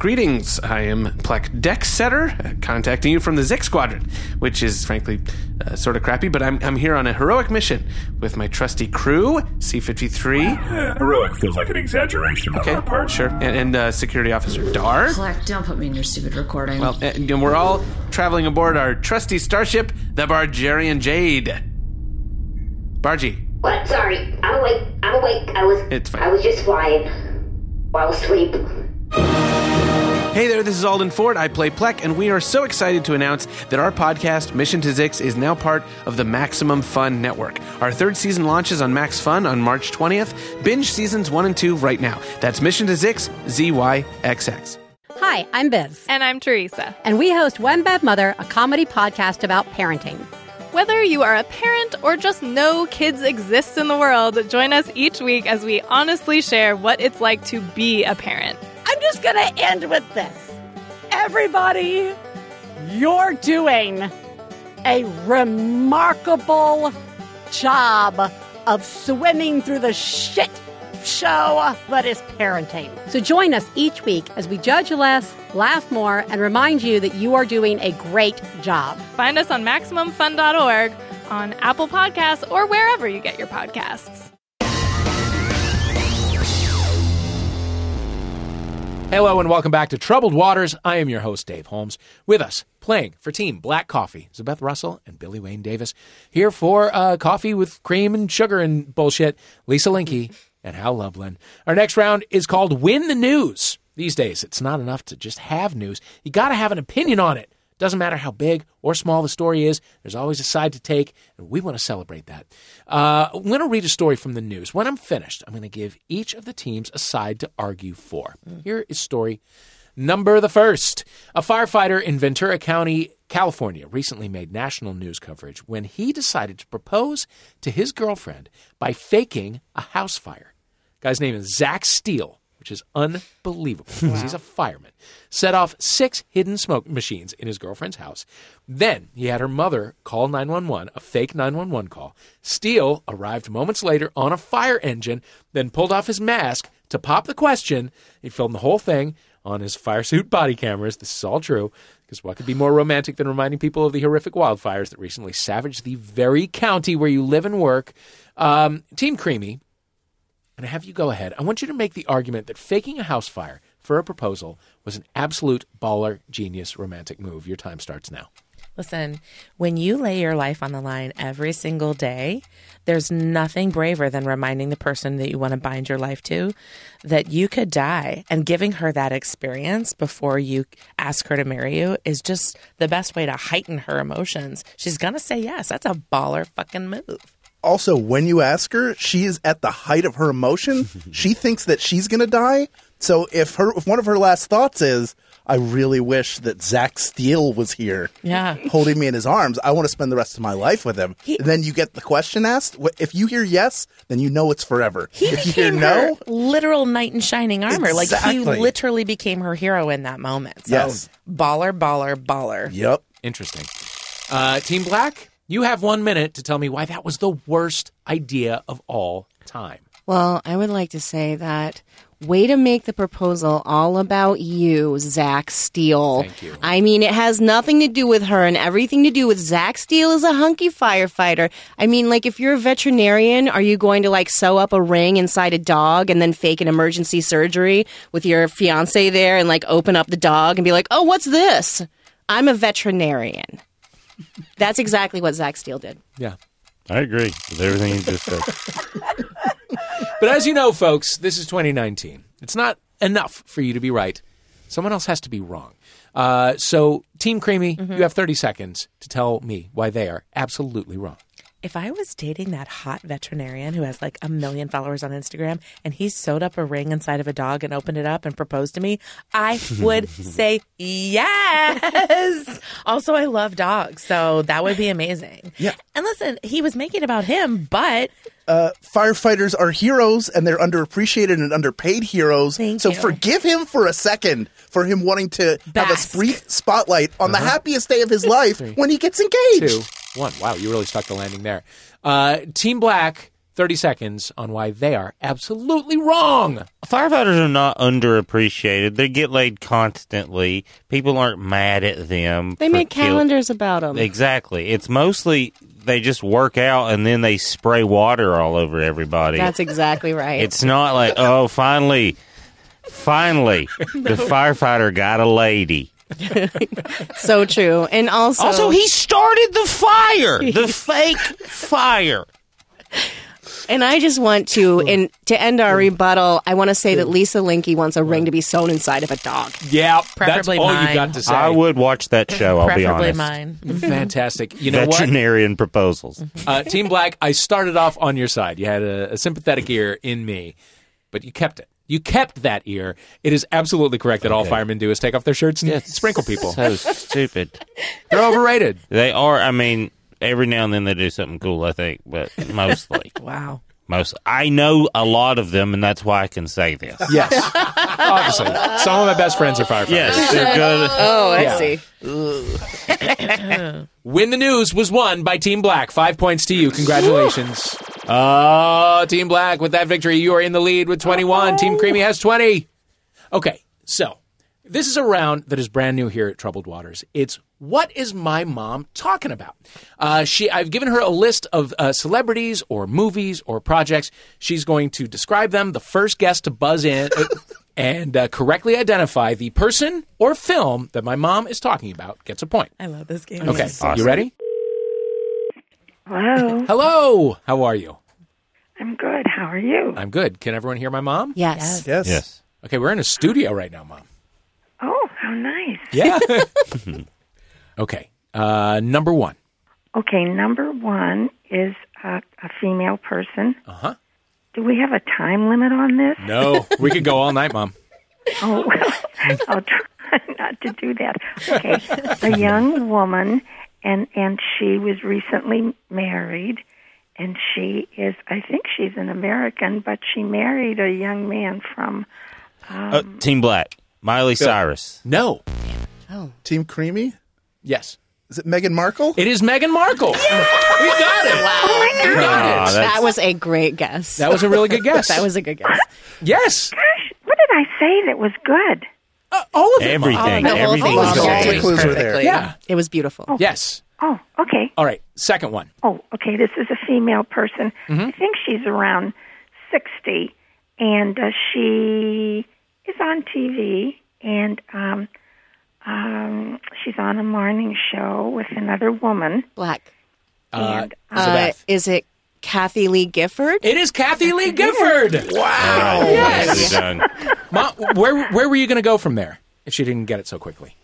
[SPEAKER 8] Greetings, I am Plek Deck Setter, uh, contacting you from the Zix Squadron, which is frankly uh, sort of crappy, but I'm, I'm here on a heroic mission with my trusty crew, C53,
[SPEAKER 9] Heroic feels like an exaggeration on our part.
[SPEAKER 8] sure, and, and uh, security officer Dar.
[SPEAKER 10] Black, don't put me in your stupid recording.
[SPEAKER 8] Well, and, and we're all traveling aboard our trusty starship, the Bargerian Jade. Bargy,
[SPEAKER 11] What? Sorry. I'm awake. I'm awake. I was.
[SPEAKER 8] It's fine.
[SPEAKER 11] I was just flying while asleep.
[SPEAKER 8] Hey there, this is Alden Ford. I play Plek, and we are so excited to announce that our podcast, Mission to Zix, is now part of the Maximum Fun Network. Our third season launches on Max Fun on March 20th. Binge seasons one and two right now. That's Mission to Zix, ZYXX.
[SPEAKER 11] Hi, I'm Biz,
[SPEAKER 10] and I'm Teresa.
[SPEAKER 11] and we host One Bad Mother, a comedy podcast about parenting.
[SPEAKER 10] Whether you are a parent or just know kids exist in the world, join us each week as we honestly share what it's like to be a parent.
[SPEAKER 11] I'm just gonna end with this. Everybody, you're doing a remarkable job of swimming through the shit show that is parenting. So join us each week as we judge less, laugh more, and remind you that you are doing a great job.
[SPEAKER 10] Find us on MaximumFun.org, on Apple Podcasts, or wherever you get your podcasts.
[SPEAKER 1] Hello and welcome back to Troubled Waters. I am your host, Dave Holmes. With us, playing for Team Black Coffee, Zabeth Russell and Billy Wayne Davis. Here for uh, coffee with cream and sugar and bullshit, Lisa Linke and Hal Lublin. Our next round is called Win the News. These days, it's not enough to just have news. You got to have an opinion on it. Doesn't matter how big or small the story is, there's always a side to take, and we want to celebrate that. Uh, I'm going to read a story from the news. When I'm finished, I'm going to give each of the teams a side to argue for. Here is story number the first. A firefighter in Ventura County, California, recently made national news coverage when he decided to propose to his girlfriend by faking a house fire. Guy's name is Zach Steele, which is unbelievable because he's a fireman. Set off six hidden smoke machines in his girlfriend's house. Then he had her mother call 911, a fake 911 call. Steele arrived moments later on a fire engine, then pulled off his mask to pop the question. He filmed the whole thing on his fire suit body cameras. This is all true. Because what could be more romantic than reminding people of the horrific wildfires that recently savaged the very county where you live and work? Um, Team Creamy, and have you go ahead. I want you to make the argument that faking a house fire for a proposal was an absolute baller, genius, romantic move. Your time starts now.
[SPEAKER 3] Listen, when you lay your life on the line every single day, there's nothing braver than reminding the person that you want to bind your life to that you could die. And giving her that experience before you ask her to marry you is just the best way to heighten her emotions. She's going to say yes. That's a baller fucking move.
[SPEAKER 4] Also, when you ask her, she is at the height of her emotion. she thinks that she's going to die. So if her if one of her last thoughts is, "I really wish that Zach Steele was here,
[SPEAKER 3] Yeah.
[SPEAKER 4] holding me in his arms. I want to spend the rest of my life with him." then you get the question asked. Wh- If you hear yes, then you know it's forever.
[SPEAKER 3] He
[SPEAKER 4] if you hear
[SPEAKER 3] became
[SPEAKER 4] no,
[SPEAKER 3] her literal knight in shining armor. Like he
[SPEAKER 4] Exactly.
[SPEAKER 3] literally became her hero in that moment. So
[SPEAKER 1] Yes.
[SPEAKER 3] baller, baller, baller.
[SPEAKER 4] Yep.
[SPEAKER 1] Interesting. Uh, Team Black, you have one minute to tell me why that was the worst idea of all time.
[SPEAKER 2] Well, I would like to say that way to make the proposal all about you, Zach Steele. Thank you. I mean, it has nothing to do with her and everything to do with Zach Steele is a hunky firefighter. I mean, like if you're a veterinarian, are you going to like sew up a ring inside a dog and then fake an emergency surgery with your fiance there and like open up the dog and be like, "Oh, what's this? I'm a veterinarian." That's exactly what Zach Steele did.
[SPEAKER 1] Yeah.
[SPEAKER 5] I agree with everything you just said.
[SPEAKER 1] But as you know, folks, this is 2019. It's not enough for you to be right. Someone else has to be wrong. Uh, so, Team Creamy, you have 30 seconds to tell me why they are absolutely wrong.
[SPEAKER 3] If I was dating that hot veterinarian who has like a million followers on Instagram and he sewed up a ring inside of a dog and opened it up and proposed to me, I would say yes. Also, I love dogs, so that would be amazing. Yeah. And listen, he was making about him, but
[SPEAKER 4] uh, firefighters are heroes and they're underappreciated and underpaid heroes. so
[SPEAKER 3] you.
[SPEAKER 4] forgive him for a second for him wanting to have
[SPEAKER 1] Bask.
[SPEAKER 4] a brief spotlight on the
[SPEAKER 1] Uh-huh.
[SPEAKER 4] happiest day of his life
[SPEAKER 1] Three,
[SPEAKER 4] when he gets engaged.
[SPEAKER 1] Two, one. Wow, you really stuck the landing there. Uh, Team Black, 30 seconds on why they are absolutely wrong.
[SPEAKER 5] Firefighters are not underappreciated. They get laid constantly. People aren't mad at them.
[SPEAKER 2] They
[SPEAKER 5] for
[SPEAKER 2] made
[SPEAKER 5] kill-
[SPEAKER 2] calendars about them.
[SPEAKER 5] Exactly. It's mostly they just work out and then they spray water all over everybody.
[SPEAKER 2] That's exactly right.
[SPEAKER 5] It's not like, oh, finally, finally, the firefighter got a lady.
[SPEAKER 2] so true. And also,
[SPEAKER 5] Also, he started the fire, the fake fire.
[SPEAKER 2] And I just want to, and to end our rebuttal, I want to say that Lisa Linky wants a ring to be sewn inside of a dog.
[SPEAKER 1] Yeah, that's
[SPEAKER 2] Preferably
[SPEAKER 1] all
[SPEAKER 2] mine.
[SPEAKER 1] you got to say.
[SPEAKER 5] I would watch that show, I'll be honest.
[SPEAKER 1] Fantastic. You know what?
[SPEAKER 5] Veterinarian proposals.
[SPEAKER 2] Mm-hmm.
[SPEAKER 1] Uh, Team Black, I started off on your side. You had a, a sympathetic ear in me, but you kept it. You kept that ear. It is absolutely correct that all firemen do is take off their shirts and sprinkle people.
[SPEAKER 5] So stupid.
[SPEAKER 1] They're overrated.
[SPEAKER 5] They are. I mean, every now and then they do something cool, I think, but mostly.
[SPEAKER 3] wow.
[SPEAKER 5] Most I know a lot of them, and that's why I can say this.
[SPEAKER 1] Yes, obviously, some of my best friends are firefighters.
[SPEAKER 5] Yes, they're good.
[SPEAKER 2] Oh, I
[SPEAKER 1] Yeah.
[SPEAKER 2] see.
[SPEAKER 1] Win the News was won by Team Black. Five points to you. Congratulations. Oh, Team Black, with that victory, you are in the lead with 21. Team Creamy has 20. Okay, so this is a round that is brand new here at Troubled Waters. It's what is my mom talking about? Uh, she, I've given her a list of uh, celebrities or movies or projects. She's going to describe them. The first guest to buzz in uh, and uh, correctly identify the person or film that my mom is talking about gets a point.
[SPEAKER 3] I love this game.
[SPEAKER 1] Okay, you ready?
[SPEAKER 12] Hello.
[SPEAKER 1] Hello. How are you?
[SPEAKER 12] I'm good. How are you?
[SPEAKER 1] I'm good. Can everyone hear my mom?
[SPEAKER 2] Yes.
[SPEAKER 4] Yes.
[SPEAKER 5] Yes.
[SPEAKER 1] Okay, we're in a studio right now, mom.
[SPEAKER 12] Oh, how nice.
[SPEAKER 1] Yeah. okay. Uh, number one.
[SPEAKER 12] Okay, number one is a, a female person.
[SPEAKER 1] Uh huh.
[SPEAKER 12] Do we have a time limit on this?
[SPEAKER 1] No, we could go all night, mom.
[SPEAKER 12] Oh, well, I'll try not to do that. Okay, a young woman, and and she was recently married, and she is. I think she's an American, but she married a young man from. Um,
[SPEAKER 5] Uh, Team Black, Miley Cyrus.
[SPEAKER 1] No.
[SPEAKER 4] Team Creamy?
[SPEAKER 1] Yes.
[SPEAKER 4] Is it Meghan Markle?
[SPEAKER 1] It is Meghan Markle. We got it.
[SPEAKER 2] Wow.
[SPEAKER 1] You got it.
[SPEAKER 2] that was a great guess.
[SPEAKER 1] That was a really good guess.
[SPEAKER 2] that was a good guess.
[SPEAKER 1] Yes.
[SPEAKER 12] what did I say that was good?
[SPEAKER 1] All of it, Mom.
[SPEAKER 5] Everything.
[SPEAKER 2] The whole
[SPEAKER 5] Everything
[SPEAKER 2] thing
[SPEAKER 5] was
[SPEAKER 2] was
[SPEAKER 5] great.
[SPEAKER 2] great.
[SPEAKER 4] clues were there.
[SPEAKER 1] Yeah.
[SPEAKER 2] It was beautiful.
[SPEAKER 1] Yes.
[SPEAKER 12] Oh, okay.
[SPEAKER 1] All right. Second one.
[SPEAKER 12] Oh, okay. This is a female person. I think she's around 60, and uh, she is on TV, and um, Um, she's on a morning show with another woman.
[SPEAKER 2] Black.
[SPEAKER 1] Uh,
[SPEAKER 2] Uh, is it Kathy Lee Gifford?
[SPEAKER 1] It is Kathy Lee Gifford. Wow. Yes. Ma, where where were you going to go from there if she didn't get it so quickly?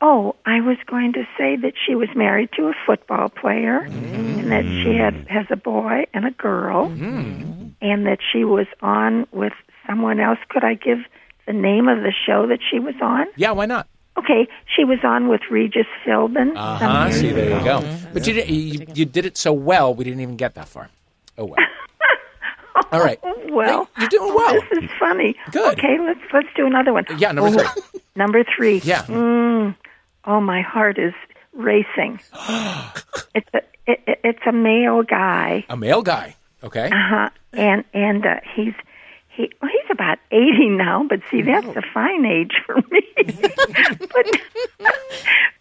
[SPEAKER 12] Oh, I was going to say that she was married to a football player, and that she had has a boy and a girl,
[SPEAKER 1] Mm-hmm. Hmm.
[SPEAKER 12] and that she was on with someone else. Could I give the name of the show that she was on?
[SPEAKER 1] Yeah, why not?
[SPEAKER 12] Okay, she was on with Regis Philbin.
[SPEAKER 1] Uh
[SPEAKER 12] some
[SPEAKER 1] huh.
[SPEAKER 12] years
[SPEAKER 1] See, there you
[SPEAKER 12] ago.
[SPEAKER 1] go. But you, did, you you did it so well, we didn't even get that far. Oh well. All right.
[SPEAKER 12] Well,
[SPEAKER 1] you're doing well.
[SPEAKER 12] This is funny.
[SPEAKER 1] Good.
[SPEAKER 12] Okay, let's let's do another one.
[SPEAKER 1] Yeah, number
[SPEAKER 12] Oh, number three.
[SPEAKER 1] Yeah.
[SPEAKER 12] Mm, oh, my heart is racing. it's a it, it- it's a male guy.
[SPEAKER 1] A male guy. Okay.
[SPEAKER 12] Uh-huh. And and uh, he's he well, he's about eighty now, but see that's a fine age for me. but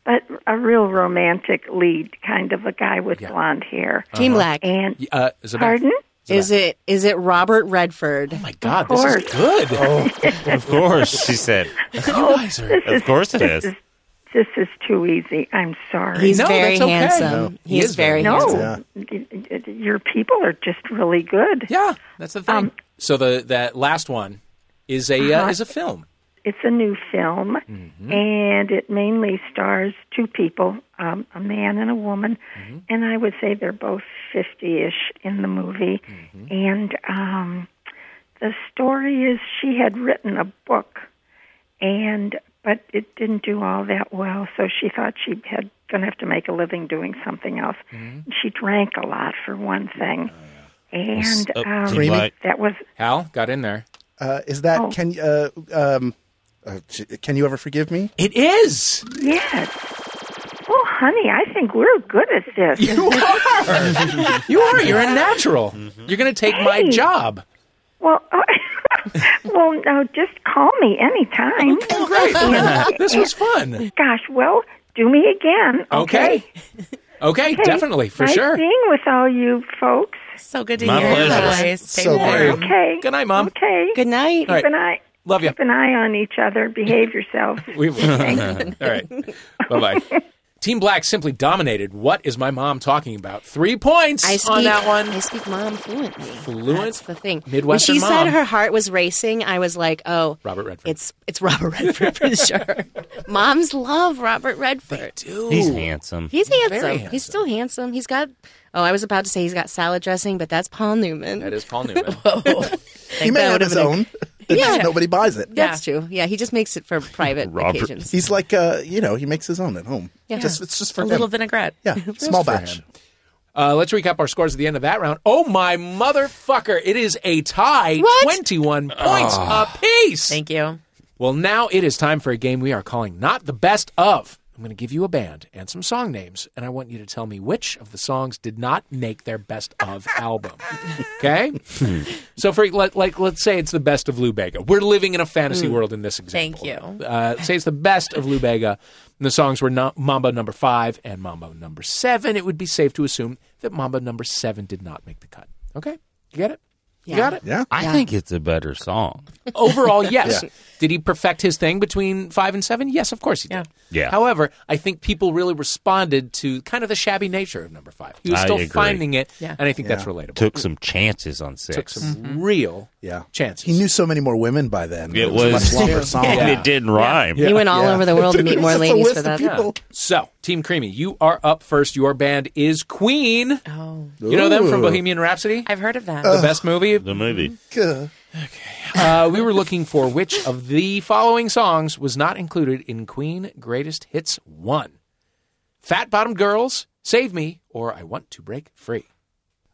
[SPEAKER 12] but a real romantic lead kind of a guy with blonde hair.
[SPEAKER 2] Team Black.
[SPEAKER 12] And
[SPEAKER 1] Uh,
[SPEAKER 12] pardon?
[SPEAKER 2] Is it is it Robert Redford? Oh
[SPEAKER 1] my God,
[SPEAKER 5] this is good. Oh, of course, she said.
[SPEAKER 12] this
[SPEAKER 5] Of
[SPEAKER 12] is-
[SPEAKER 5] course it
[SPEAKER 12] this
[SPEAKER 5] is.
[SPEAKER 12] is- This is too easy. I'm sorry.
[SPEAKER 2] He's No, very that's okay. handsome. No, he He's is very very handsome.
[SPEAKER 12] No, y- y- your people are just really good. Um,
[SPEAKER 1] Yeah, that's the thing. So the that last one is a uh,
[SPEAKER 12] Uh-huh.
[SPEAKER 1] is a film.
[SPEAKER 12] It's a new film, and it mainly stars two people, um, a man and a woman, and I would say they're both fifty-ish in the movie. And um, the story is she had written a book, and but it didn't do all that well, so she thought she had going to have to make a living doing something else. She drank a lot for one thing, and
[SPEAKER 1] up,
[SPEAKER 12] um,
[SPEAKER 1] Team Black.
[SPEAKER 12] that was
[SPEAKER 1] Hal got in there.
[SPEAKER 4] Uh, is that
[SPEAKER 12] Oh.
[SPEAKER 4] can uh, um, uh, j- can you ever forgive me?
[SPEAKER 1] It is.
[SPEAKER 12] Yes. Oh, honey, I think we're good at this.
[SPEAKER 1] You are. you are. You're a natural. You're going to take my
[SPEAKER 12] Hey.
[SPEAKER 1] job.
[SPEAKER 12] Well, uh, well, no, just call me anytime. Okay,
[SPEAKER 1] great. This was fun.
[SPEAKER 12] Gosh, well, do me again. Okay.
[SPEAKER 1] Okay. Okay,
[SPEAKER 12] Okay.
[SPEAKER 1] definitely for
[SPEAKER 12] nice
[SPEAKER 1] sure.
[SPEAKER 12] being with all you folks.
[SPEAKER 3] So good
[SPEAKER 1] to My hear your pleasure. voice. Stay So warm. good.
[SPEAKER 12] Okay.
[SPEAKER 1] Good night, Mom.
[SPEAKER 12] Okay. Good
[SPEAKER 2] night.
[SPEAKER 12] Keep
[SPEAKER 1] All right.
[SPEAKER 12] an eye.
[SPEAKER 1] Love you.
[SPEAKER 12] Keep an eye on each other. Behave yourselves.
[SPEAKER 1] We will. All right. Bye bye. Team Black simply dominated. What is my mom talking about? Three points
[SPEAKER 2] I speak,
[SPEAKER 1] on that one.
[SPEAKER 2] I speak mom fluently.
[SPEAKER 1] Fluent
[SPEAKER 2] That's the thing. when
[SPEAKER 1] Midwestern
[SPEAKER 2] she
[SPEAKER 1] mom.
[SPEAKER 2] said her heart was racing, I was like, oh,
[SPEAKER 1] Robert Redford.
[SPEAKER 2] It's it's Robert Redford for sure. Moms love Robert Redford.
[SPEAKER 1] do.
[SPEAKER 5] He's handsome.
[SPEAKER 2] He's handsome.
[SPEAKER 5] very
[SPEAKER 2] He's still handsome. He's got. Oh, I was about to say he's got salad dressing, but that's Paul Newman.
[SPEAKER 1] That is Paul Newman.
[SPEAKER 4] He may have his own. It's
[SPEAKER 2] Yeah.
[SPEAKER 4] just nobody buys it.
[SPEAKER 2] That's true. Yeah, he just makes it for private occasions.
[SPEAKER 4] He's like uh, you know, he makes his own at home.
[SPEAKER 2] Yeah.
[SPEAKER 4] Just it's just for
[SPEAKER 2] A
[SPEAKER 4] him.
[SPEAKER 2] little
[SPEAKER 3] vinaigrette.
[SPEAKER 4] Yeah, small batch.
[SPEAKER 1] Uh, let's recap our scores at the end of that round. Oh my motherfucker! It is a tie, twenty-one points
[SPEAKER 3] Oh.
[SPEAKER 1] apiece.
[SPEAKER 3] Thank you.
[SPEAKER 1] Well, now it is time for a game we are calling Not the Best of. I'm going to give you a band and some song names, and I want you to tell me which of the songs did not make their best of album. Okay? so, for let, like, let's say it's the best of Lou Bega. We're living in a fantasy
[SPEAKER 3] Mm.
[SPEAKER 1] world in this example.
[SPEAKER 3] Thank you.
[SPEAKER 1] Uh, say it's the best of Lou Bega. And the songs were no- Mambo Number Five and Mambo Number Seven. It would be safe to assume that Mambo Number Seven did not make the cut. Okay, you get it? You got it?
[SPEAKER 5] I think it's a better song.
[SPEAKER 1] Overall, yes.
[SPEAKER 5] Yeah.
[SPEAKER 1] Did he perfect his thing between five and seven? Yes, of course he did.
[SPEAKER 5] Yeah.
[SPEAKER 1] However, I think people really responded to kind of the shabby nature of number five. He was
[SPEAKER 5] I
[SPEAKER 1] still
[SPEAKER 5] agree.
[SPEAKER 1] finding it,
[SPEAKER 5] Yeah. Mm-hmm.
[SPEAKER 1] and I think that's
[SPEAKER 5] Yeah.
[SPEAKER 1] relatable.
[SPEAKER 5] Took some chances on six.
[SPEAKER 1] Took some real
[SPEAKER 4] Yeah.
[SPEAKER 1] chances.
[SPEAKER 4] He knew so many more women by then.
[SPEAKER 5] It
[SPEAKER 4] a
[SPEAKER 5] was-
[SPEAKER 4] much longer song.
[SPEAKER 5] and it didn't rhyme.
[SPEAKER 2] He went all
[SPEAKER 4] Yeah.
[SPEAKER 2] over the world to
[SPEAKER 4] It's
[SPEAKER 2] meet more
[SPEAKER 4] just a
[SPEAKER 2] ladies
[SPEAKER 4] list
[SPEAKER 2] for
[SPEAKER 4] of
[SPEAKER 2] that.
[SPEAKER 4] people.
[SPEAKER 1] So, Team Creamy, you are up first. Your band is Queen. Oh. You know them from
[SPEAKER 5] Ooh.
[SPEAKER 1] Bohemian Rhapsody? I've
[SPEAKER 3] heard of that.
[SPEAKER 1] The best movie? The
[SPEAKER 5] movie.
[SPEAKER 4] Okay.
[SPEAKER 1] Uh, we were looking for which of the following songs was not included in Queen Greatest Hits 1 Fat Bottom Girls, Save Me, or I Want to Break Free.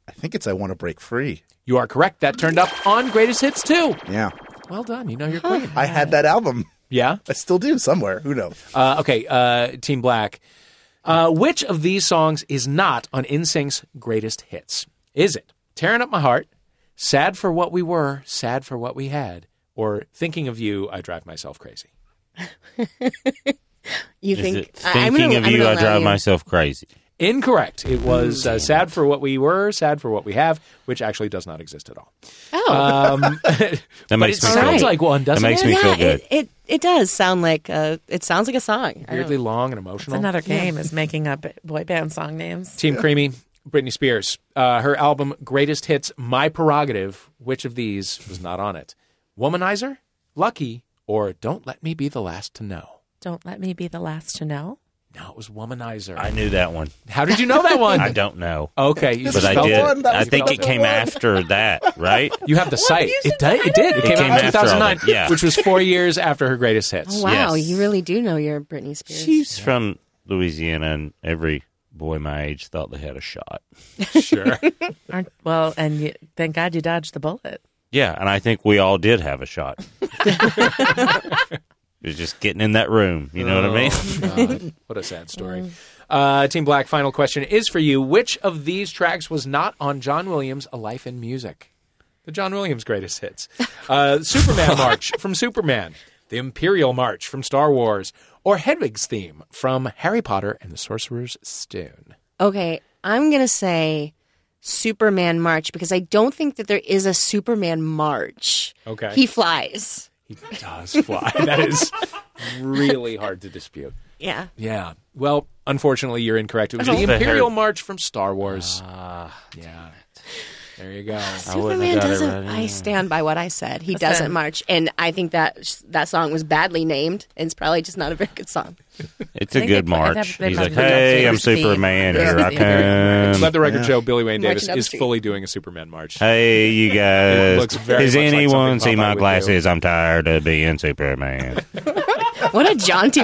[SPEAKER 4] I think it's I Want to Break Free.
[SPEAKER 1] You are correct. That turned up on Greatest Hits 2.
[SPEAKER 4] Yeah.
[SPEAKER 1] Well done. You know your Queen.
[SPEAKER 4] I had that album.
[SPEAKER 1] Yeah.
[SPEAKER 4] I still do somewhere. Who knows?
[SPEAKER 1] Uh, okay, uh, Team Black. Uh, which of these songs is not on InSync's greatest hits? Is it Tearing Up My Heart, Sad for What We Were, Sad for What We Had, or Thinking of You, I Drive Myself Crazy?
[SPEAKER 2] You
[SPEAKER 5] Is
[SPEAKER 2] think
[SPEAKER 5] it
[SPEAKER 2] I- I'm
[SPEAKER 5] thinking
[SPEAKER 2] gonna-
[SPEAKER 5] of
[SPEAKER 2] I'm
[SPEAKER 5] you,
[SPEAKER 2] gonna
[SPEAKER 5] I
[SPEAKER 2] allow
[SPEAKER 5] drive
[SPEAKER 2] you.
[SPEAKER 5] myself crazy.
[SPEAKER 1] Incorrect. It was uh, sad for what we were, sad for what we have, which actually does not exist at all. Oh, um, that
[SPEAKER 5] makes
[SPEAKER 1] it
[SPEAKER 5] me feel
[SPEAKER 1] sounds
[SPEAKER 5] good.
[SPEAKER 1] like one,
[SPEAKER 5] That
[SPEAKER 1] doesn't
[SPEAKER 5] makes
[SPEAKER 1] it?
[SPEAKER 5] me feel
[SPEAKER 2] yeah, it, it it does sound like uh, a, it sounds like a song. I
[SPEAKER 1] Weirdly
[SPEAKER 2] don't-
[SPEAKER 1] long and
[SPEAKER 3] It's
[SPEAKER 1] emotional.
[SPEAKER 3] another game is making up boy band song names.
[SPEAKER 1] Team Creamy, Britney Spears. Uh, her album Greatest Hits, My Prerogative. Which of these was not on it? Womanizer, Lucky, or Don't Let Me Be the Last to Know?
[SPEAKER 3] Don't let me be the last to know.
[SPEAKER 1] No, it was Womanizer.
[SPEAKER 5] I knew that one.
[SPEAKER 1] How did you know that one?
[SPEAKER 5] I don't know.
[SPEAKER 1] Okay, you
[SPEAKER 5] but I
[SPEAKER 1] spelled
[SPEAKER 5] did.
[SPEAKER 1] one, that
[SPEAKER 5] I
[SPEAKER 1] was
[SPEAKER 5] think it
[SPEAKER 1] spelled
[SPEAKER 5] came
[SPEAKER 1] one.
[SPEAKER 5] after that, right?
[SPEAKER 1] You have the site. It, did- it did. It,
[SPEAKER 5] It
[SPEAKER 1] came,
[SPEAKER 5] came
[SPEAKER 1] out in
[SPEAKER 5] after all
[SPEAKER 1] 2009,
[SPEAKER 5] that, yeah.
[SPEAKER 1] which was four years after her greatest hits.
[SPEAKER 2] Oh, wow, you really do know your Britney Spears.
[SPEAKER 5] She's from Louisiana, and every boy my age thought they had a shot.
[SPEAKER 1] Sure.
[SPEAKER 3] Aren't, well, and you, thank God you dodged the bullet.
[SPEAKER 5] Yeah, and I think we all did have a shot. it was just getting in that room. You know what I mean?
[SPEAKER 1] Oh, God. what a sad story. Uh, Team Black, final question is for you. Which of these tracks was not on John Williams' A Life in Music? The John Williams greatest hits. Uh, Superman March from Superman, The Imperial March from Star Wars, or Hedwig's Theme from Harry Potter and the Sorcerer's Stone.
[SPEAKER 2] Okay, I'm gonna say Superman March because I don't think that there is a Superman March.
[SPEAKER 1] Okay.
[SPEAKER 2] he flies.
[SPEAKER 1] He does fly. that is really hard to dispute.
[SPEAKER 2] Yeah.
[SPEAKER 1] Yeah. Well, unfortunately, you're incorrect. It was
[SPEAKER 5] I
[SPEAKER 1] the
[SPEAKER 5] don't-
[SPEAKER 1] Imperial
[SPEAKER 5] Fair.
[SPEAKER 1] March from Star Wars. Ah, yeah. There you go.
[SPEAKER 2] Superman doesn't. I stand by what I said. He
[SPEAKER 1] Listen.
[SPEAKER 2] doesn't march, and I think that that song was badly named, and it's probably just not a very good song.
[SPEAKER 5] It's
[SPEAKER 2] I think they
[SPEAKER 5] a good
[SPEAKER 2] put- I
[SPEAKER 5] march.
[SPEAKER 2] have- they
[SPEAKER 5] He's
[SPEAKER 2] must
[SPEAKER 5] like,
[SPEAKER 2] have done
[SPEAKER 5] hey, I'm
[SPEAKER 2] Superman.
[SPEAKER 5] Superman.
[SPEAKER 2] Yeah.
[SPEAKER 5] Here I
[SPEAKER 2] Yeah.
[SPEAKER 5] come.
[SPEAKER 1] Let the record show Billy Wayne
[SPEAKER 2] Marching
[SPEAKER 1] Davis
[SPEAKER 2] down the
[SPEAKER 1] is
[SPEAKER 2] street.
[SPEAKER 1] fully doing a Superman march.
[SPEAKER 5] Hey, you
[SPEAKER 1] It
[SPEAKER 5] guys.
[SPEAKER 1] looks very
[SPEAKER 5] Does
[SPEAKER 1] much like something
[SPEAKER 5] anyone see
[SPEAKER 1] Popeye
[SPEAKER 5] my
[SPEAKER 1] would do.
[SPEAKER 5] glasses? I'm tired of being Superman.
[SPEAKER 2] What a jaunty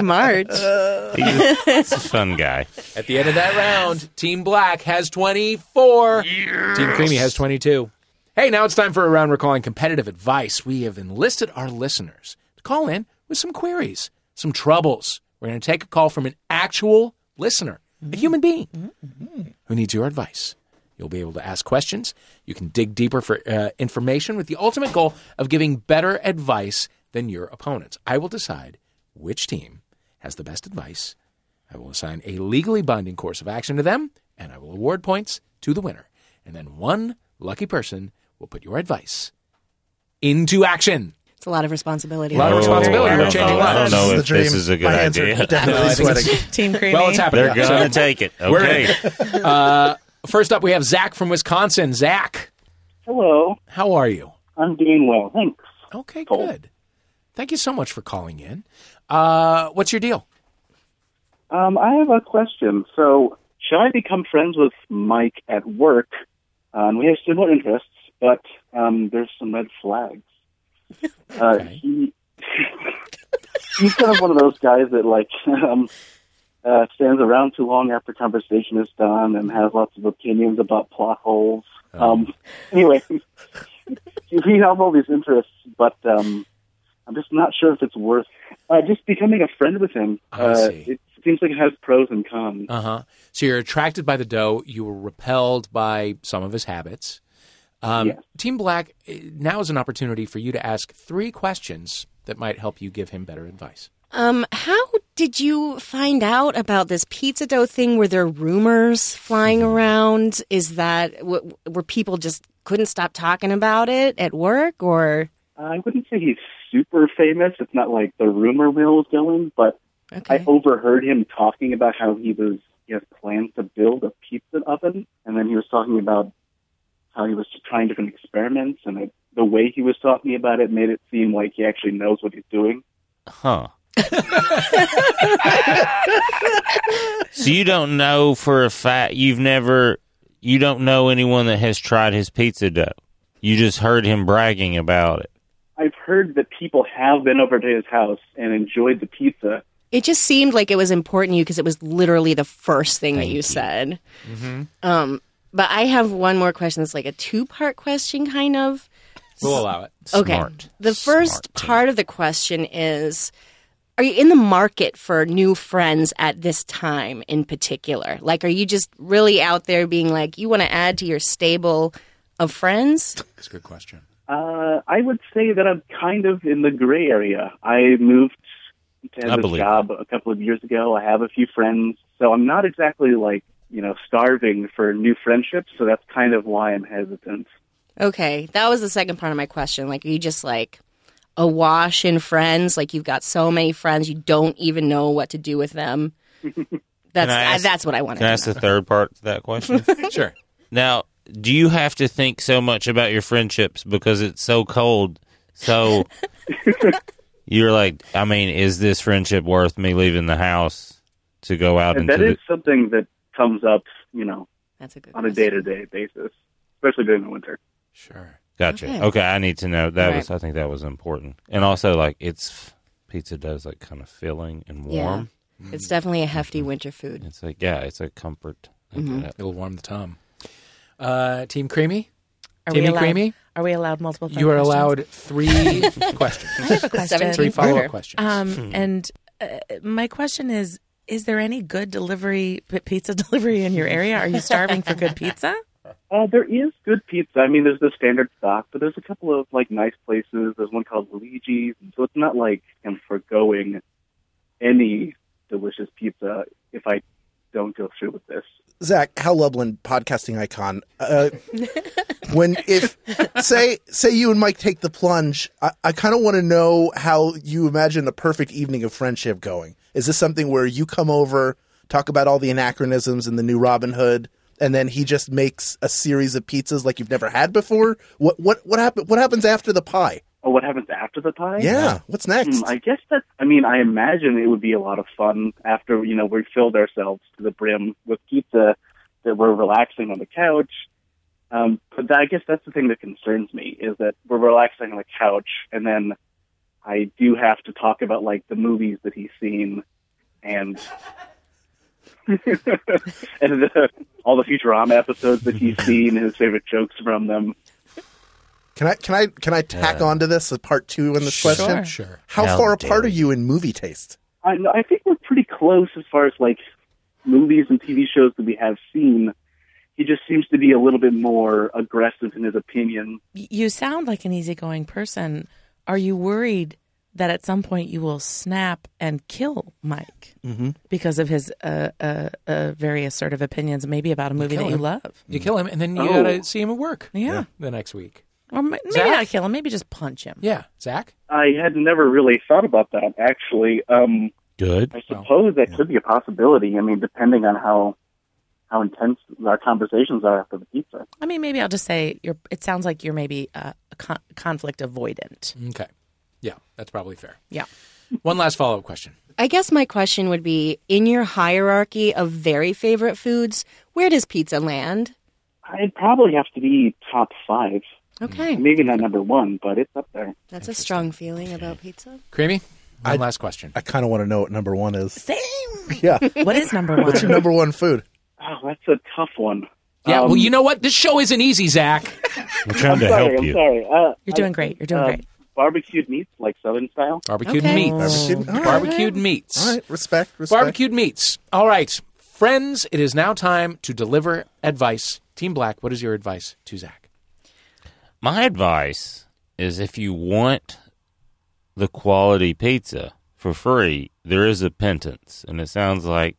[SPEAKER 2] march!
[SPEAKER 5] He's a fun guy.
[SPEAKER 1] At the end of that round, Team Black has 24. Team Creamy has 22. Hey, now it's time for a round recalling competitive advice. We have enlisted our listeners to call in with some queries, some troubles. We're going to take a call from an actual listener, a human being who needs your advice. You'll be able to ask questions. You can dig deeper for uh, information with the ultimate goal of giving better advice than your opponents. I will decide which team has the best advice. I will assign a legally binding course of action to them, and I will award points to the winner. And then one lucky person will put your advice into action.
[SPEAKER 2] It's a lot of responsibility.
[SPEAKER 1] A lot of responsibility.
[SPEAKER 5] Oh, I
[SPEAKER 1] We're
[SPEAKER 5] don't
[SPEAKER 1] changing
[SPEAKER 5] know. I
[SPEAKER 1] lives.
[SPEAKER 5] don't know
[SPEAKER 1] This
[SPEAKER 5] if
[SPEAKER 1] is the
[SPEAKER 5] this
[SPEAKER 1] dream.
[SPEAKER 5] is a good
[SPEAKER 1] My answer,
[SPEAKER 5] idea.
[SPEAKER 1] definitely No, I think it's- sweating.
[SPEAKER 3] Team Creamy.
[SPEAKER 1] Well, it's happening.
[SPEAKER 5] They're gonna take it.
[SPEAKER 1] We're in.
[SPEAKER 5] Okay.
[SPEAKER 1] uh, first up, we have Zach from Wisconsin. Zach,
[SPEAKER 13] Hello.
[SPEAKER 1] how are you?
[SPEAKER 13] I'm doing well. Thanks.
[SPEAKER 1] Okay, good. Thank you so much for calling in. Uh, what's your deal?
[SPEAKER 13] Um, I have a question. So, should I become friends with Mike at work? Um, we have similar interests, but um, there's some red flags. Uh, he he's kind of one of those guys that like um, uh, stands around too long after conversation is done and has lots of opinions about plot holes. Um, anyway, we have all these interests, but um, I'm just not sure if it's worth uh, just becoming a friend with him. uh, It seems like it has pros and cons.
[SPEAKER 1] Uh huh. So you're attracted by the dough. You were repelled by some of his habits. Um, Team Black, eh, now is an opportunity for you to ask three questions that might help you give him better advice.
[SPEAKER 2] Um, how did you find out about this pizza dough thing? Were there rumors flying
[SPEAKER 13] Mm-hmm.
[SPEAKER 2] around? Is that w- were people just couldn't stop talking about it at work or?
[SPEAKER 13] I wouldn't say he's super famous. It's not like the rumor mill is going, but I overheard him talking about how he was he has plans to build a pizza oven, and then he was talking about how he was trying different experiments, and it, the way he was talking about it made it seem like he actually knows what he's doing.
[SPEAKER 5] Huh. so you don't know for a fact you've never you don't know anyone that has tried his pizza dough. You just heard him bragging about it.
[SPEAKER 13] I've heard that people have been over to his house and enjoyed the pizza.
[SPEAKER 2] It just seemed like it was important to you because it was literally the first thing that you, said.
[SPEAKER 1] Mm-hmm.
[SPEAKER 2] Um, but I have one more question. It's like a two-part question, kind of.
[SPEAKER 1] We'll allow it.
[SPEAKER 2] Okay.
[SPEAKER 1] Smart.
[SPEAKER 2] The first part of the question is Are you in the market for new friends at this time in particular? Like, are you just really out there being like, you want to add to your stable of friends?
[SPEAKER 1] That's a good question.
[SPEAKER 13] Uh, I would say that I'm kind of in the gray area. I moved to
[SPEAKER 5] I
[SPEAKER 13] this
[SPEAKER 5] believe
[SPEAKER 13] job a couple of years ago. I have a few friends, so I'm not exactly like you know, starving for new friendships. So that's kind of why I'm hesitant.
[SPEAKER 2] Okay, that was the second part of my question. Like, are you just like awash in friends? Like, you've got so many friends, you don't even know what to do with them. That's
[SPEAKER 5] Can I ask-
[SPEAKER 2] I, that's what I wanted.
[SPEAKER 5] Can I
[SPEAKER 2] to
[SPEAKER 5] ask the third part to that question?
[SPEAKER 1] sure.
[SPEAKER 5] Now, do you have to think so much about your friendships because it's so cold? So you're like, I mean, is this friendship worth me leaving the house to go out
[SPEAKER 13] And
[SPEAKER 5] into
[SPEAKER 13] that
[SPEAKER 5] the?
[SPEAKER 13] is something that comes up, you know,
[SPEAKER 2] that's a good
[SPEAKER 13] on a day to day basis, especially during the winter.
[SPEAKER 1] Sure.
[SPEAKER 5] Gotcha.
[SPEAKER 13] Okay.
[SPEAKER 5] Okay. I need to know. That
[SPEAKER 13] Right.
[SPEAKER 5] was. I think that was important. And also, like, it's pizza does like kind of filling and
[SPEAKER 2] know. Yeah,
[SPEAKER 5] warm. Mm-hmm.
[SPEAKER 2] it's definitely a hefty winter food.
[SPEAKER 5] It's like, yeah, it's a comfort.
[SPEAKER 2] Mhm.
[SPEAKER 1] It'll warm the tongue. Uh, Team Creamy?
[SPEAKER 3] Are we
[SPEAKER 1] Team
[SPEAKER 3] allowed-
[SPEAKER 1] Creamy?
[SPEAKER 3] Are we allowed multiple?
[SPEAKER 1] You are
[SPEAKER 3] questions?
[SPEAKER 1] allowed three questions.
[SPEAKER 3] I have a question.
[SPEAKER 1] Three follow up questions. Hmm.
[SPEAKER 3] Um, And uh, my question is: Is there any good delivery p- pizza delivery in your area? Are you starving for good pizza?
[SPEAKER 13] Uh, there is good pizza. I mean, there's the standard stock, but there's a couple of like nice places. There's one called Luigi's, so it's not like I'm foregoing any delicious pizza if I don't go through with this.
[SPEAKER 4] Zach, Hal Lublin, podcasting icon. Uh, when if say say you and Mike take the plunge, I, I kind of want to know how you imagine the perfect evening of friendship going. Is this something where you come over, talk about all the anachronisms and the new Robin Hood, and then he just makes a series of pizzas like you've never had before? What what what happen, What happens after the pie?
[SPEAKER 13] Oh, what happens after the pie?
[SPEAKER 4] Yeah, what's next?
[SPEAKER 13] Hmm, I guess that's. I mean, I imagine it would be a lot of fun after you know we filled ourselves to the brim with pizza that we're relaxing on the couch. Um, but that, I guess that's the thing that concerns me is that we're relaxing on the couch, and then I do have to talk about like the movies that he's seen, and and the, all the Futurama episodes that he's seen and his favorite jokes from them.
[SPEAKER 4] Can I can I can I tack
[SPEAKER 13] Yeah.
[SPEAKER 4] on to this a part two in this
[SPEAKER 13] Sure.
[SPEAKER 4] question?
[SPEAKER 13] Sure.
[SPEAKER 4] How
[SPEAKER 13] How
[SPEAKER 4] far
[SPEAKER 13] dare
[SPEAKER 4] apart are you in movie taste?
[SPEAKER 13] I, no, I think we're pretty close as far as like movies and TV shows that we have seen. He just seems to be a little bit more aggressive in his opinion.
[SPEAKER 3] Y- You sound like an easygoing person. Are you worried that at some point you will snap and kill Mike
[SPEAKER 4] Mm-hmm.
[SPEAKER 3] because of his uh, uh, uh, very assertive opinions, maybe about a movie
[SPEAKER 1] kill
[SPEAKER 3] that you
[SPEAKER 1] him.
[SPEAKER 3] love?
[SPEAKER 1] You kill him, and then you
[SPEAKER 3] Oh.
[SPEAKER 1] gotta see him at work.
[SPEAKER 3] Yeah.
[SPEAKER 1] The next week.
[SPEAKER 3] Or ma- maybe
[SPEAKER 1] Zach?
[SPEAKER 3] not kill him, maybe just punch him.
[SPEAKER 1] Yeah. Zach?
[SPEAKER 13] I had never really thought about that actually. Um,
[SPEAKER 5] Good.
[SPEAKER 13] I suppose that could be a possibility. I mean, depending on how how intense our conversations are after the pizza.
[SPEAKER 3] I mean, maybe I'll just say you're. It sounds like you're maybe uh, a con- conflict avoidant.
[SPEAKER 1] Okay. Yeah, that's probably fair.
[SPEAKER 3] Yeah.
[SPEAKER 1] One last follow up question.
[SPEAKER 2] I guess my question would be: in your hierarchy of very favorite foods, where does pizza land?
[SPEAKER 13] I'd probably have to be top five.
[SPEAKER 2] Okay.
[SPEAKER 13] Maybe not number one, but it's up there.
[SPEAKER 2] That's a strong feeling about pizza.
[SPEAKER 1] Creamy? One last question.
[SPEAKER 4] I kind of want to know what number one is. Same.
[SPEAKER 1] Yeah.
[SPEAKER 3] What is number one?
[SPEAKER 4] What's your number one food?
[SPEAKER 13] Oh, that's a tough one.
[SPEAKER 1] Yeah, well,
[SPEAKER 13] Um,
[SPEAKER 1] you know what? This show isn't easy, Zach.
[SPEAKER 5] I'm
[SPEAKER 13] I'm sorry, I'm sorry. Uh,
[SPEAKER 3] You're doing
[SPEAKER 13] I
[SPEAKER 3] great.
[SPEAKER 13] think,
[SPEAKER 3] You're doing
[SPEAKER 13] uh,
[SPEAKER 3] great.
[SPEAKER 13] Barbecued meats, like Southern style.
[SPEAKER 1] Barbecued meats.
[SPEAKER 4] Barbecued- all right.
[SPEAKER 1] Barbecued meats.
[SPEAKER 4] All right, respect, respect.
[SPEAKER 1] Barbecued meats. All right. Friends, it is now time to deliver advice. Team Black, what is your advice to Zach?
[SPEAKER 5] My advice is if you want the quality pizza for free, there is a penance, and it sounds like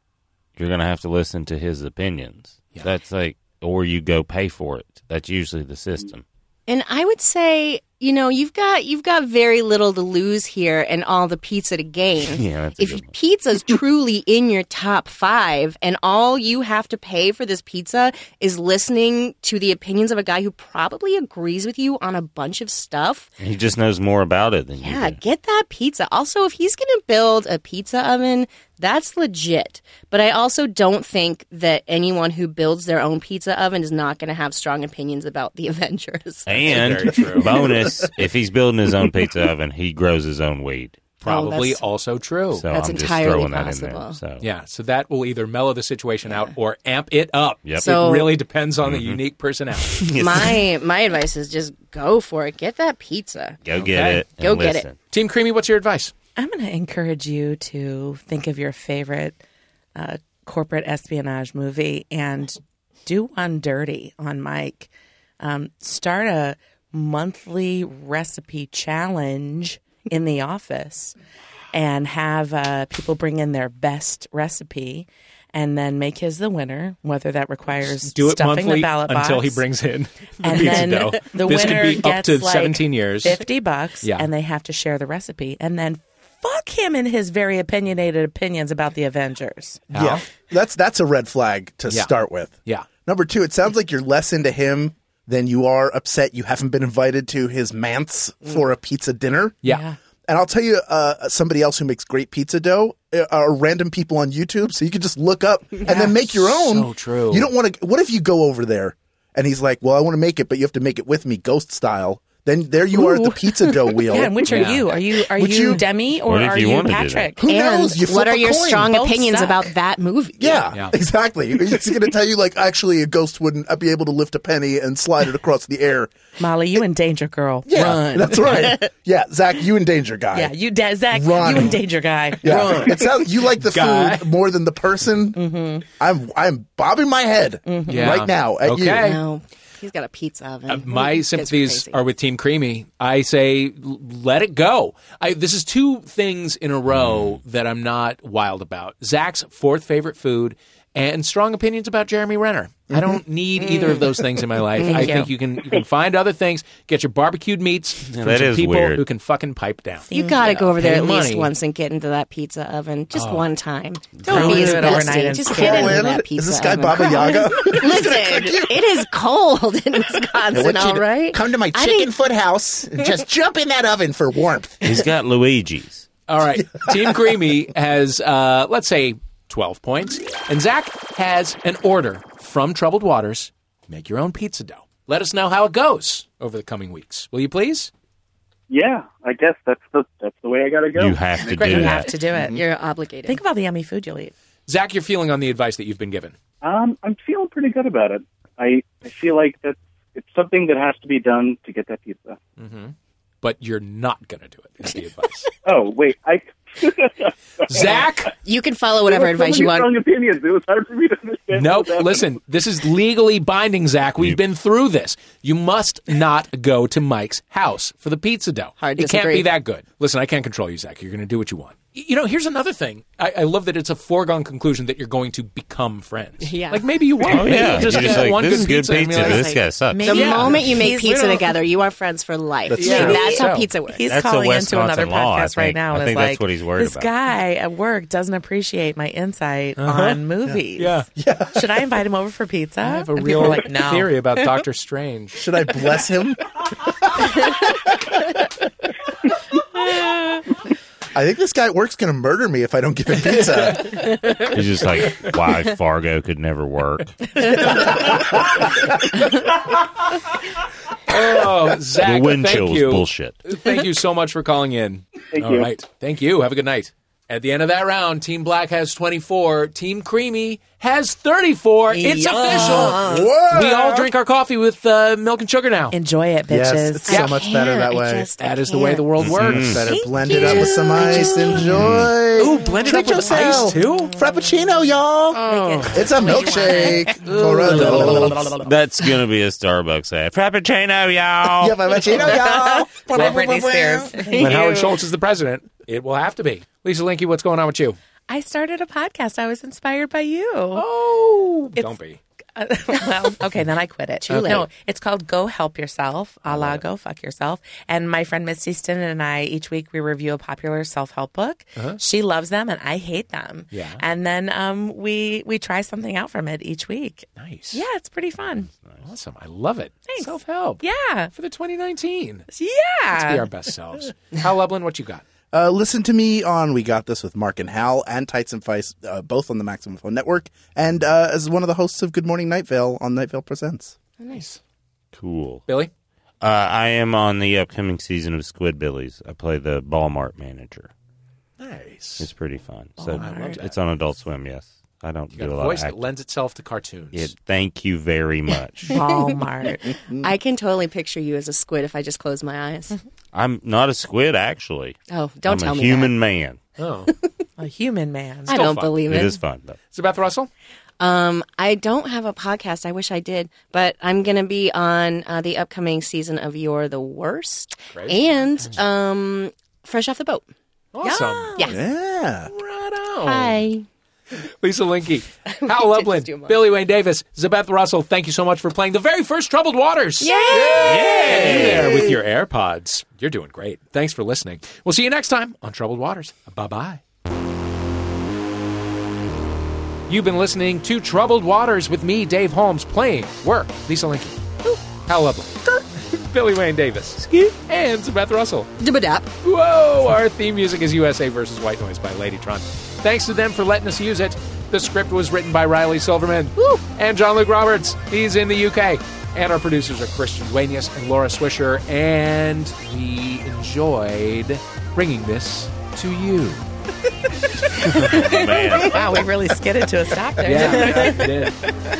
[SPEAKER 5] you're going to have to listen to his opinions. That's like, or you go pay for it. That's usually
[SPEAKER 13] Mm-hmm.
[SPEAKER 5] the system.
[SPEAKER 2] And I would say, you know, you've got you've got very little to lose here and all the pizza to gain.
[SPEAKER 5] Yeah, that's a
[SPEAKER 2] if
[SPEAKER 5] good
[SPEAKER 2] pizza's truly in your top 5 and all you have to pay for this pizza is listening to the opinions of a guy who probably agrees with you on a bunch of stuff,
[SPEAKER 5] He just knows more about it than you.
[SPEAKER 2] yeah, get that pizza. Also, if he's going to build a pizza oven, that's legit. But I also don't think that anyone who builds their own pizza oven is not going to have strong opinions about the Avengers.
[SPEAKER 1] Very true.
[SPEAKER 5] And bonus, if he's building his own pizza oven, he grows his own weed.
[SPEAKER 1] Oh, Probably also true.
[SPEAKER 5] So Oh, That's I'm just entirely throwing that in there, possible. so.
[SPEAKER 1] Yeah, so that will either mellow the situation out or amp it up.
[SPEAKER 5] Yep. Mm-hmm.
[SPEAKER 2] So-
[SPEAKER 1] it really depends on the unique personality.
[SPEAKER 2] My my advice is just go for it. Get that pizza.
[SPEAKER 5] Go get
[SPEAKER 1] Okay.
[SPEAKER 5] it. and
[SPEAKER 2] Go get it.
[SPEAKER 5] listen.
[SPEAKER 1] Team Creamy, what's your advice?
[SPEAKER 3] I'm going to encourage you to think of your favorite uh, corporate espionage movie and do one dirty on Mike. Um, start a monthly recipe challenge in the office and have uh, people bring in their best recipe. and then make his the winner, whether that requires
[SPEAKER 1] Do it
[SPEAKER 3] stuffing
[SPEAKER 1] monthly
[SPEAKER 3] the ballot box
[SPEAKER 1] until he brings in the
[SPEAKER 3] and
[SPEAKER 1] pizza
[SPEAKER 3] then
[SPEAKER 1] dough.
[SPEAKER 3] the
[SPEAKER 1] This could
[SPEAKER 3] winner
[SPEAKER 1] be up
[SPEAKER 3] gets
[SPEAKER 1] to
[SPEAKER 3] like
[SPEAKER 1] 17 years.
[SPEAKER 3] fifty bucks,
[SPEAKER 1] Yeah.
[SPEAKER 3] and they have to share the recipe, and then fuck him and his very opinionated opinions about the Avengers.
[SPEAKER 4] Um, Yeah. That's that's a red flag to
[SPEAKER 3] Yeah.
[SPEAKER 4] start with.
[SPEAKER 1] Yeah.
[SPEAKER 4] Number two, it sounds like you're less into him than you are upset you haven't been invited to his manse for a pizza dinner.
[SPEAKER 1] Yeah. Yeah.
[SPEAKER 4] And I'll tell you uh, somebody else who makes great pizza dough uh, are random people on YouTube. So you can just look up and then make your own.
[SPEAKER 1] So true.
[SPEAKER 4] You don't want to. What if you go over there and he's like, well, I want to make it, but you have to make it with me, ghost style. Then there you are at the
[SPEAKER 3] Ooh.
[SPEAKER 4] pizza dough wheel.
[SPEAKER 3] Yeah, and which are you? Are you are
[SPEAKER 4] Would
[SPEAKER 3] you,
[SPEAKER 4] you-
[SPEAKER 3] Demi or
[SPEAKER 4] What if
[SPEAKER 3] are
[SPEAKER 4] you
[SPEAKER 3] you,
[SPEAKER 4] wanted to do that?
[SPEAKER 3] Patrick?
[SPEAKER 4] Who knows? You
[SPEAKER 2] And what
[SPEAKER 4] flip
[SPEAKER 2] are
[SPEAKER 4] a
[SPEAKER 2] your
[SPEAKER 4] coin.
[SPEAKER 2] strong
[SPEAKER 4] Both
[SPEAKER 2] opinions
[SPEAKER 4] suck.
[SPEAKER 2] about that movie?
[SPEAKER 4] Yeah, exactly. He's going to tell you like actually a ghost wouldn't uh, be able to lift a penny and slide it across the air.
[SPEAKER 3] Molly, you in danger, girl.
[SPEAKER 4] Yeah,
[SPEAKER 3] Run.
[SPEAKER 4] that's right. Yeah, Zach, you in danger, guy.
[SPEAKER 3] Yeah, you da- Zach,
[SPEAKER 4] Run.
[SPEAKER 3] you in danger, guy.
[SPEAKER 4] Yeah.
[SPEAKER 3] Run.
[SPEAKER 4] It sounds you like the
[SPEAKER 3] Guy.
[SPEAKER 4] food more than the person. Mm-hmm. I'm I'm bobbing my head
[SPEAKER 1] Yeah.
[SPEAKER 4] right now at you.
[SPEAKER 1] Okay.
[SPEAKER 2] No, he's got a pizza oven.
[SPEAKER 1] Uh, my sympathies are with Team Creamy. I say l- let it go. I, this is two things in a row
[SPEAKER 5] Mm.
[SPEAKER 1] that I'm not wild about. Zach's fourth favorite food and strong opinions about Jeremy Renner. I don't need either of those things in my life.
[SPEAKER 5] Mm-hmm. Thank
[SPEAKER 1] I
[SPEAKER 5] you.
[SPEAKER 1] think you can you can find other things. Get your barbecued meats from
[SPEAKER 5] that
[SPEAKER 1] some
[SPEAKER 5] is
[SPEAKER 1] people
[SPEAKER 5] weird.
[SPEAKER 1] who can fucking pipe down.
[SPEAKER 2] You got to go over there
[SPEAKER 1] Pay
[SPEAKER 2] at least
[SPEAKER 1] money.
[SPEAKER 2] once and get into that pizza oven just
[SPEAKER 1] Oh.
[SPEAKER 2] one time.
[SPEAKER 1] Don't
[SPEAKER 2] Don't be
[SPEAKER 1] do
[SPEAKER 2] as
[SPEAKER 1] it overnight
[SPEAKER 2] busty.
[SPEAKER 1] and
[SPEAKER 2] Just
[SPEAKER 1] cook.
[SPEAKER 2] get into
[SPEAKER 1] Is
[SPEAKER 2] that
[SPEAKER 1] this
[SPEAKER 2] pizza.
[SPEAKER 1] guy
[SPEAKER 2] oven.
[SPEAKER 1] Baba
[SPEAKER 2] Come on.
[SPEAKER 1] Yaga?
[SPEAKER 2] Listen, it is cold in Wisconsin. All right,
[SPEAKER 4] Come to my
[SPEAKER 2] I
[SPEAKER 4] chicken foot house and just jump in that oven for warmth.
[SPEAKER 5] He's got Luigi's.
[SPEAKER 1] All right. Team Creamy has, uh, let's say, 12 points. And Zach has an order from Troubled Waters make your own pizza dough. Let us know how it goes over the coming weeks. Will you please?
[SPEAKER 13] Yeah, I guess that's the that's the way I gotta go.
[SPEAKER 1] You have to
[SPEAKER 3] Great,
[SPEAKER 1] do
[SPEAKER 3] you
[SPEAKER 1] that.
[SPEAKER 3] have to do it.
[SPEAKER 2] You're obligated.
[SPEAKER 3] Think of all the yummy food you'll eat.
[SPEAKER 1] Zach, your feeling on the advice that you've been given.
[SPEAKER 13] Um, I'm feeling pretty good about it. I, I feel like that's it's something that has to be done to get that pizza.
[SPEAKER 1] Mm-hmm. But you're not going to do it, is the advice.
[SPEAKER 13] Oh wait, I
[SPEAKER 1] Zach,
[SPEAKER 2] you can follow whatever
[SPEAKER 13] There were so
[SPEAKER 2] advice you
[SPEAKER 13] many
[SPEAKER 2] want.
[SPEAKER 13] Strong opinions. It was hard for me to understand.
[SPEAKER 1] Nope. Listen, this is legally binding, Zach. We've been through this. You must not go to Mike's house for the pizza dough.
[SPEAKER 2] Hard
[SPEAKER 1] it can't
[SPEAKER 2] disagree.
[SPEAKER 1] be that good. Listen, I can't control you, Zach. You're going to do what you want. Y- You know, here's another thing. I, I love that it's a foregone conclusion that you're going to become friends.
[SPEAKER 2] Yeah.
[SPEAKER 1] Like maybe you won't.
[SPEAKER 5] Oh,
[SPEAKER 1] Maybe
[SPEAKER 5] yeah.
[SPEAKER 1] you'll Just,
[SPEAKER 5] You're just
[SPEAKER 1] get
[SPEAKER 5] like,
[SPEAKER 1] one
[SPEAKER 5] this is
[SPEAKER 1] good pizza.
[SPEAKER 5] good
[SPEAKER 1] and be
[SPEAKER 5] pizza.
[SPEAKER 1] like-
[SPEAKER 5] This guy sucks.
[SPEAKER 2] The
[SPEAKER 1] Yeah.
[SPEAKER 2] moment you make
[SPEAKER 1] He's-
[SPEAKER 2] pizza
[SPEAKER 1] Well,
[SPEAKER 2] together, you are friends for life.
[SPEAKER 1] That's
[SPEAKER 2] Like,
[SPEAKER 1] true.
[SPEAKER 2] that's how
[SPEAKER 1] Yeah.
[SPEAKER 2] pizza works.
[SPEAKER 3] He's
[SPEAKER 5] That's a
[SPEAKER 3] calling into
[SPEAKER 5] Wisconsin
[SPEAKER 3] another
[SPEAKER 5] law, I
[SPEAKER 3] podcast right
[SPEAKER 5] think.
[SPEAKER 3] now,
[SPEAKER 5] I
[SPEAKER 3] and
[SPEAKER 5] think
[SPEAKER 3] is
[SPEAKER 5] that's
[SPEAKER 3] like,
[SPEAKER 5] what he's worried
[SPEAKER 3] "This
[SPEAKER 5] about."
[SPEAKER 3] guy at work doesn't appreciate my insight
[SPEAKER 1] Uh-huh.
[SPEAKER 3] on movies.
[SPEAKER 1] Yeah.
[SPEAKER 3] Should I invite him over for pizza?"
[SPEAKER 1] I have a
[SPEAKER 3] And people
[SPEAKER 1] real
[SPEAKER 3] are like, no.
[SPEAKER 1] theory about Doctor Strange.
[SPEAKER 4] Should I bless him? I think this guy at work's going to murder me if I don't give him pizza.
[SPEAKER 5] He's just like, why Fargo could never work.
[SPEAKER 1] Oh, Zach,
[SPEAKER 5] the wind
[SPEAKER 1] thank
[SPEAKER 5] chill is
[SPEAKER 1] you.
[SPEAKER 5] bullshit.
[SPEAKER 1] Thank you so much for calling in.
[SPEAKER 5] Thank
[SPEAKER 1] All
[SPEAKER 5] you.
[SPEAKER 1] right. Thank you. Have a good night. At the end of that round, Team Black has 24, Team Creamy has 34. It's
[SPEAKER 3] Yes.
[SPEAKER 1] official.
[SPEAKER 3] Whoa.
[SPEAKER 1] We all drink our coffee with uh, milk and sugar now.
[SPEAKER 3] Enjoy it, bitches.
[SPEAKER 1] Yes, it's so much I better that can't. way. I just- I
[SPEAKER 4] That is
[SPEAKER 1] the way the world
[SPEAKER 4] Mhm.
[SPEAKER 5] Mm-hmm.
[SPEAKER 1] works.
[SPEAKER 4] Better
[SPEAKER 1] Thank
[SPEAKER 4] blend it up with some ice. Enjoy.
[SPEAKER 1] Ooh, blend it
[SPEAKER 4] Treat
[SPEAKER 1] up with ice,
[SPEAKER 4] yourself.
[SPEAKER 1] too? Oh.
[SPEAKER 4] Frappuccino, y'all. It's a milkshake. For adults.
[SPEAKER 5] That's going to be a Starbucks ad. Frappuccino, y'all.
[SPEAKER 4] Yeah, frappuccino, y'all.
[SPEAKER 5] Well, Britney Spears.
[SPEAKER 1] When Howard Schultz is the president, it will have to be. Lisa Linky, what's going on with you?
[SPEAKER 3] I started a podcast. I was inspired by you.
[SPEAKER 1] Oh, Don't be.
[SPEAKER 3] well, okay, then I quit it.
[SPEAKER 1] Too Okay. late.
[SPEAKER 3] No, it's called Go Help Yourself, a la Go Fuck Yourself. And my friend Miss Easton and I, each week we review a popular self help book.
[SPEAKER 14] Uh-huh.
[SPEAKER 3] She loves them and I hate them.
[SPEAKER 1] Uh-huh.
[SPEAKER 14] Yeah.
[SPEAKER 3] And then um, we we try something out from it each week.
[SPEAKER 1] Nice.
[SPEAKER 3] Yeah, it's pretty fun.
[SPEAKER 1] Awesome. I love it.
[SPEAKER 3] Thanks.
[SPEAKER 1] Self help.
[SPEAKER 3] Yeah.
[SPEAKER 1] For the 2019.
[SPEAKER 3] Yeah.
[SPEAKER 1] Let's be our best selves. Hal Lublin, what you got?
[SPEAKER 4] Uh, listen to me on We Got This with Mark and Hal and Tights and Feist, uh, both on the Maximum Fun Network, and uh, as one of the hosts of Good Morning Night Vale on Night Vale Presents.
[SPEAKER 1] Nice.
[SPEAKER 5] Cool.
[SPEAKER 1] Billy?
[SPEAKER 5] Uh, I am on the upcoming season of Squid Billies. I play the Walmart manager.
[SPEAKER 1] Nice.
[SPEAKER 5] It's pretty fun.
[SPEAKER 1] Oh,
[SPEAKER 5] So
[SPEAKER 1] I love that.
[SPEAKER 5] it's on Adult Swim, yes. I don't
[SPEAKER 1] You
[SPEAKER 5] do
[SPEAKER 1] got
[SPEAKER 5] a
[SPEAKER 1] a
[SPEAKER 5] lot
[SPEAKER 1] voice
[SPEAKER 5] of
[SPEAKER 1] that
[SPEAKER 5] acting.
[SPEAKER 1] lends itself to cartoons.
[SPEAKER 5] It, thank you very much.
[SPEAKER 3] Walmart.
[SPEAKER 2] I can totally picture you as a squid if I just close my eyes.
[SPEAKER 5] I'm not a squid, actually.
[SPEAKER 2] Oh, don't
[SPEAKER 5] I'm
[SPEAKER 2] tell
[SPEAKER 5] a
[SPEAKER 2] me
[SPEAKER 5] human man.
[SPEAKER 1] Oh.
[SPEAKER 3] a human man.
[SPEAKER 2] I don't believe it.
[SPEAKER 5] It is fun, though.
[SPEAKER 1] Is it Beth Russell?
[SPEAKER 2] Um, I don't have a podcast. I wish I did, but I'm going to be on uh, the upcoming season of You're the Worst
[SPEAKER 1] Great.
[SPEAKER 2] and um, Fresh Off the Boat.
[SPEAKER 1] Awesome.
[SPEAKER 2] Yes.
[SPEAKER 4] Yeah.
[SPEAKER 3] Oh.
[SPEAKER 1] Right on.
[SPEAKER 2] Hi.
[SPEAKER 1] Lisa Linky, Hal Lublin, Billy Wayne Davis, Zabeth Russell, thank you so much for playing the very first Troubled Waters.
[SPEAKER 14] Yay!
[SPEAKER 1] Yay! You there with your AirPods. You're doing great. Thanks for listening. We'll see you next time on Troubled Waters. Bye bye. You've been listening to Troubled Waters with me, Dave Holmes, playing work. Lisa Linky, Hal Lublin, Billy Wayne Davis, and Zabeth Russell.
[SPEAKER 2] Dibba-dap.
[SPEAKER 1] Whoa! Our theme music is USA versus White Noise by Ladytron. Thanks to them for letting us use it. The script was written by Riley Silverman and John Luke Roberts. He's in the UK. And our producers are Christian Duenas and Laura Swisher. And we enjoyed bringing this to you. Oh, Man.
[SPEAKER 3] Wow, we really skidded to a stop there.
[SPEAKER 1] Yeah,
[SPEAKER 3] didn't we?
[SPEAKER 1] yeah,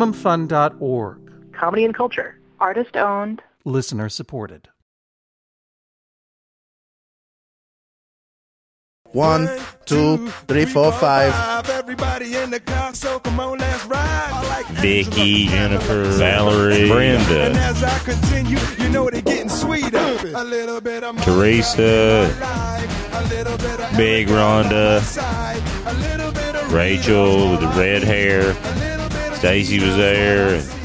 [SPEAKER 15] MaximumFun.org.
[SPEAKER 16] Comedy and culture. Artist owned.
[SPEAKER 15] Listener supported.
[SPEAKER 4] One, two, three, four, five.
[SPEAKER 17] Everybody in the car, so come on, let's ride.
[SPEAKER 5] Vicky, Jennifer, Valerie, Brenda,
[SPEAKER 17] As I continue, you know they getting sweet up it. A
[SPEAKER 4] Mm.
[SPEAKER 17] little bit of
[SPEAKER 5] Teresa, Big Rhonda, Rachel with the red hair, Stacy was there, and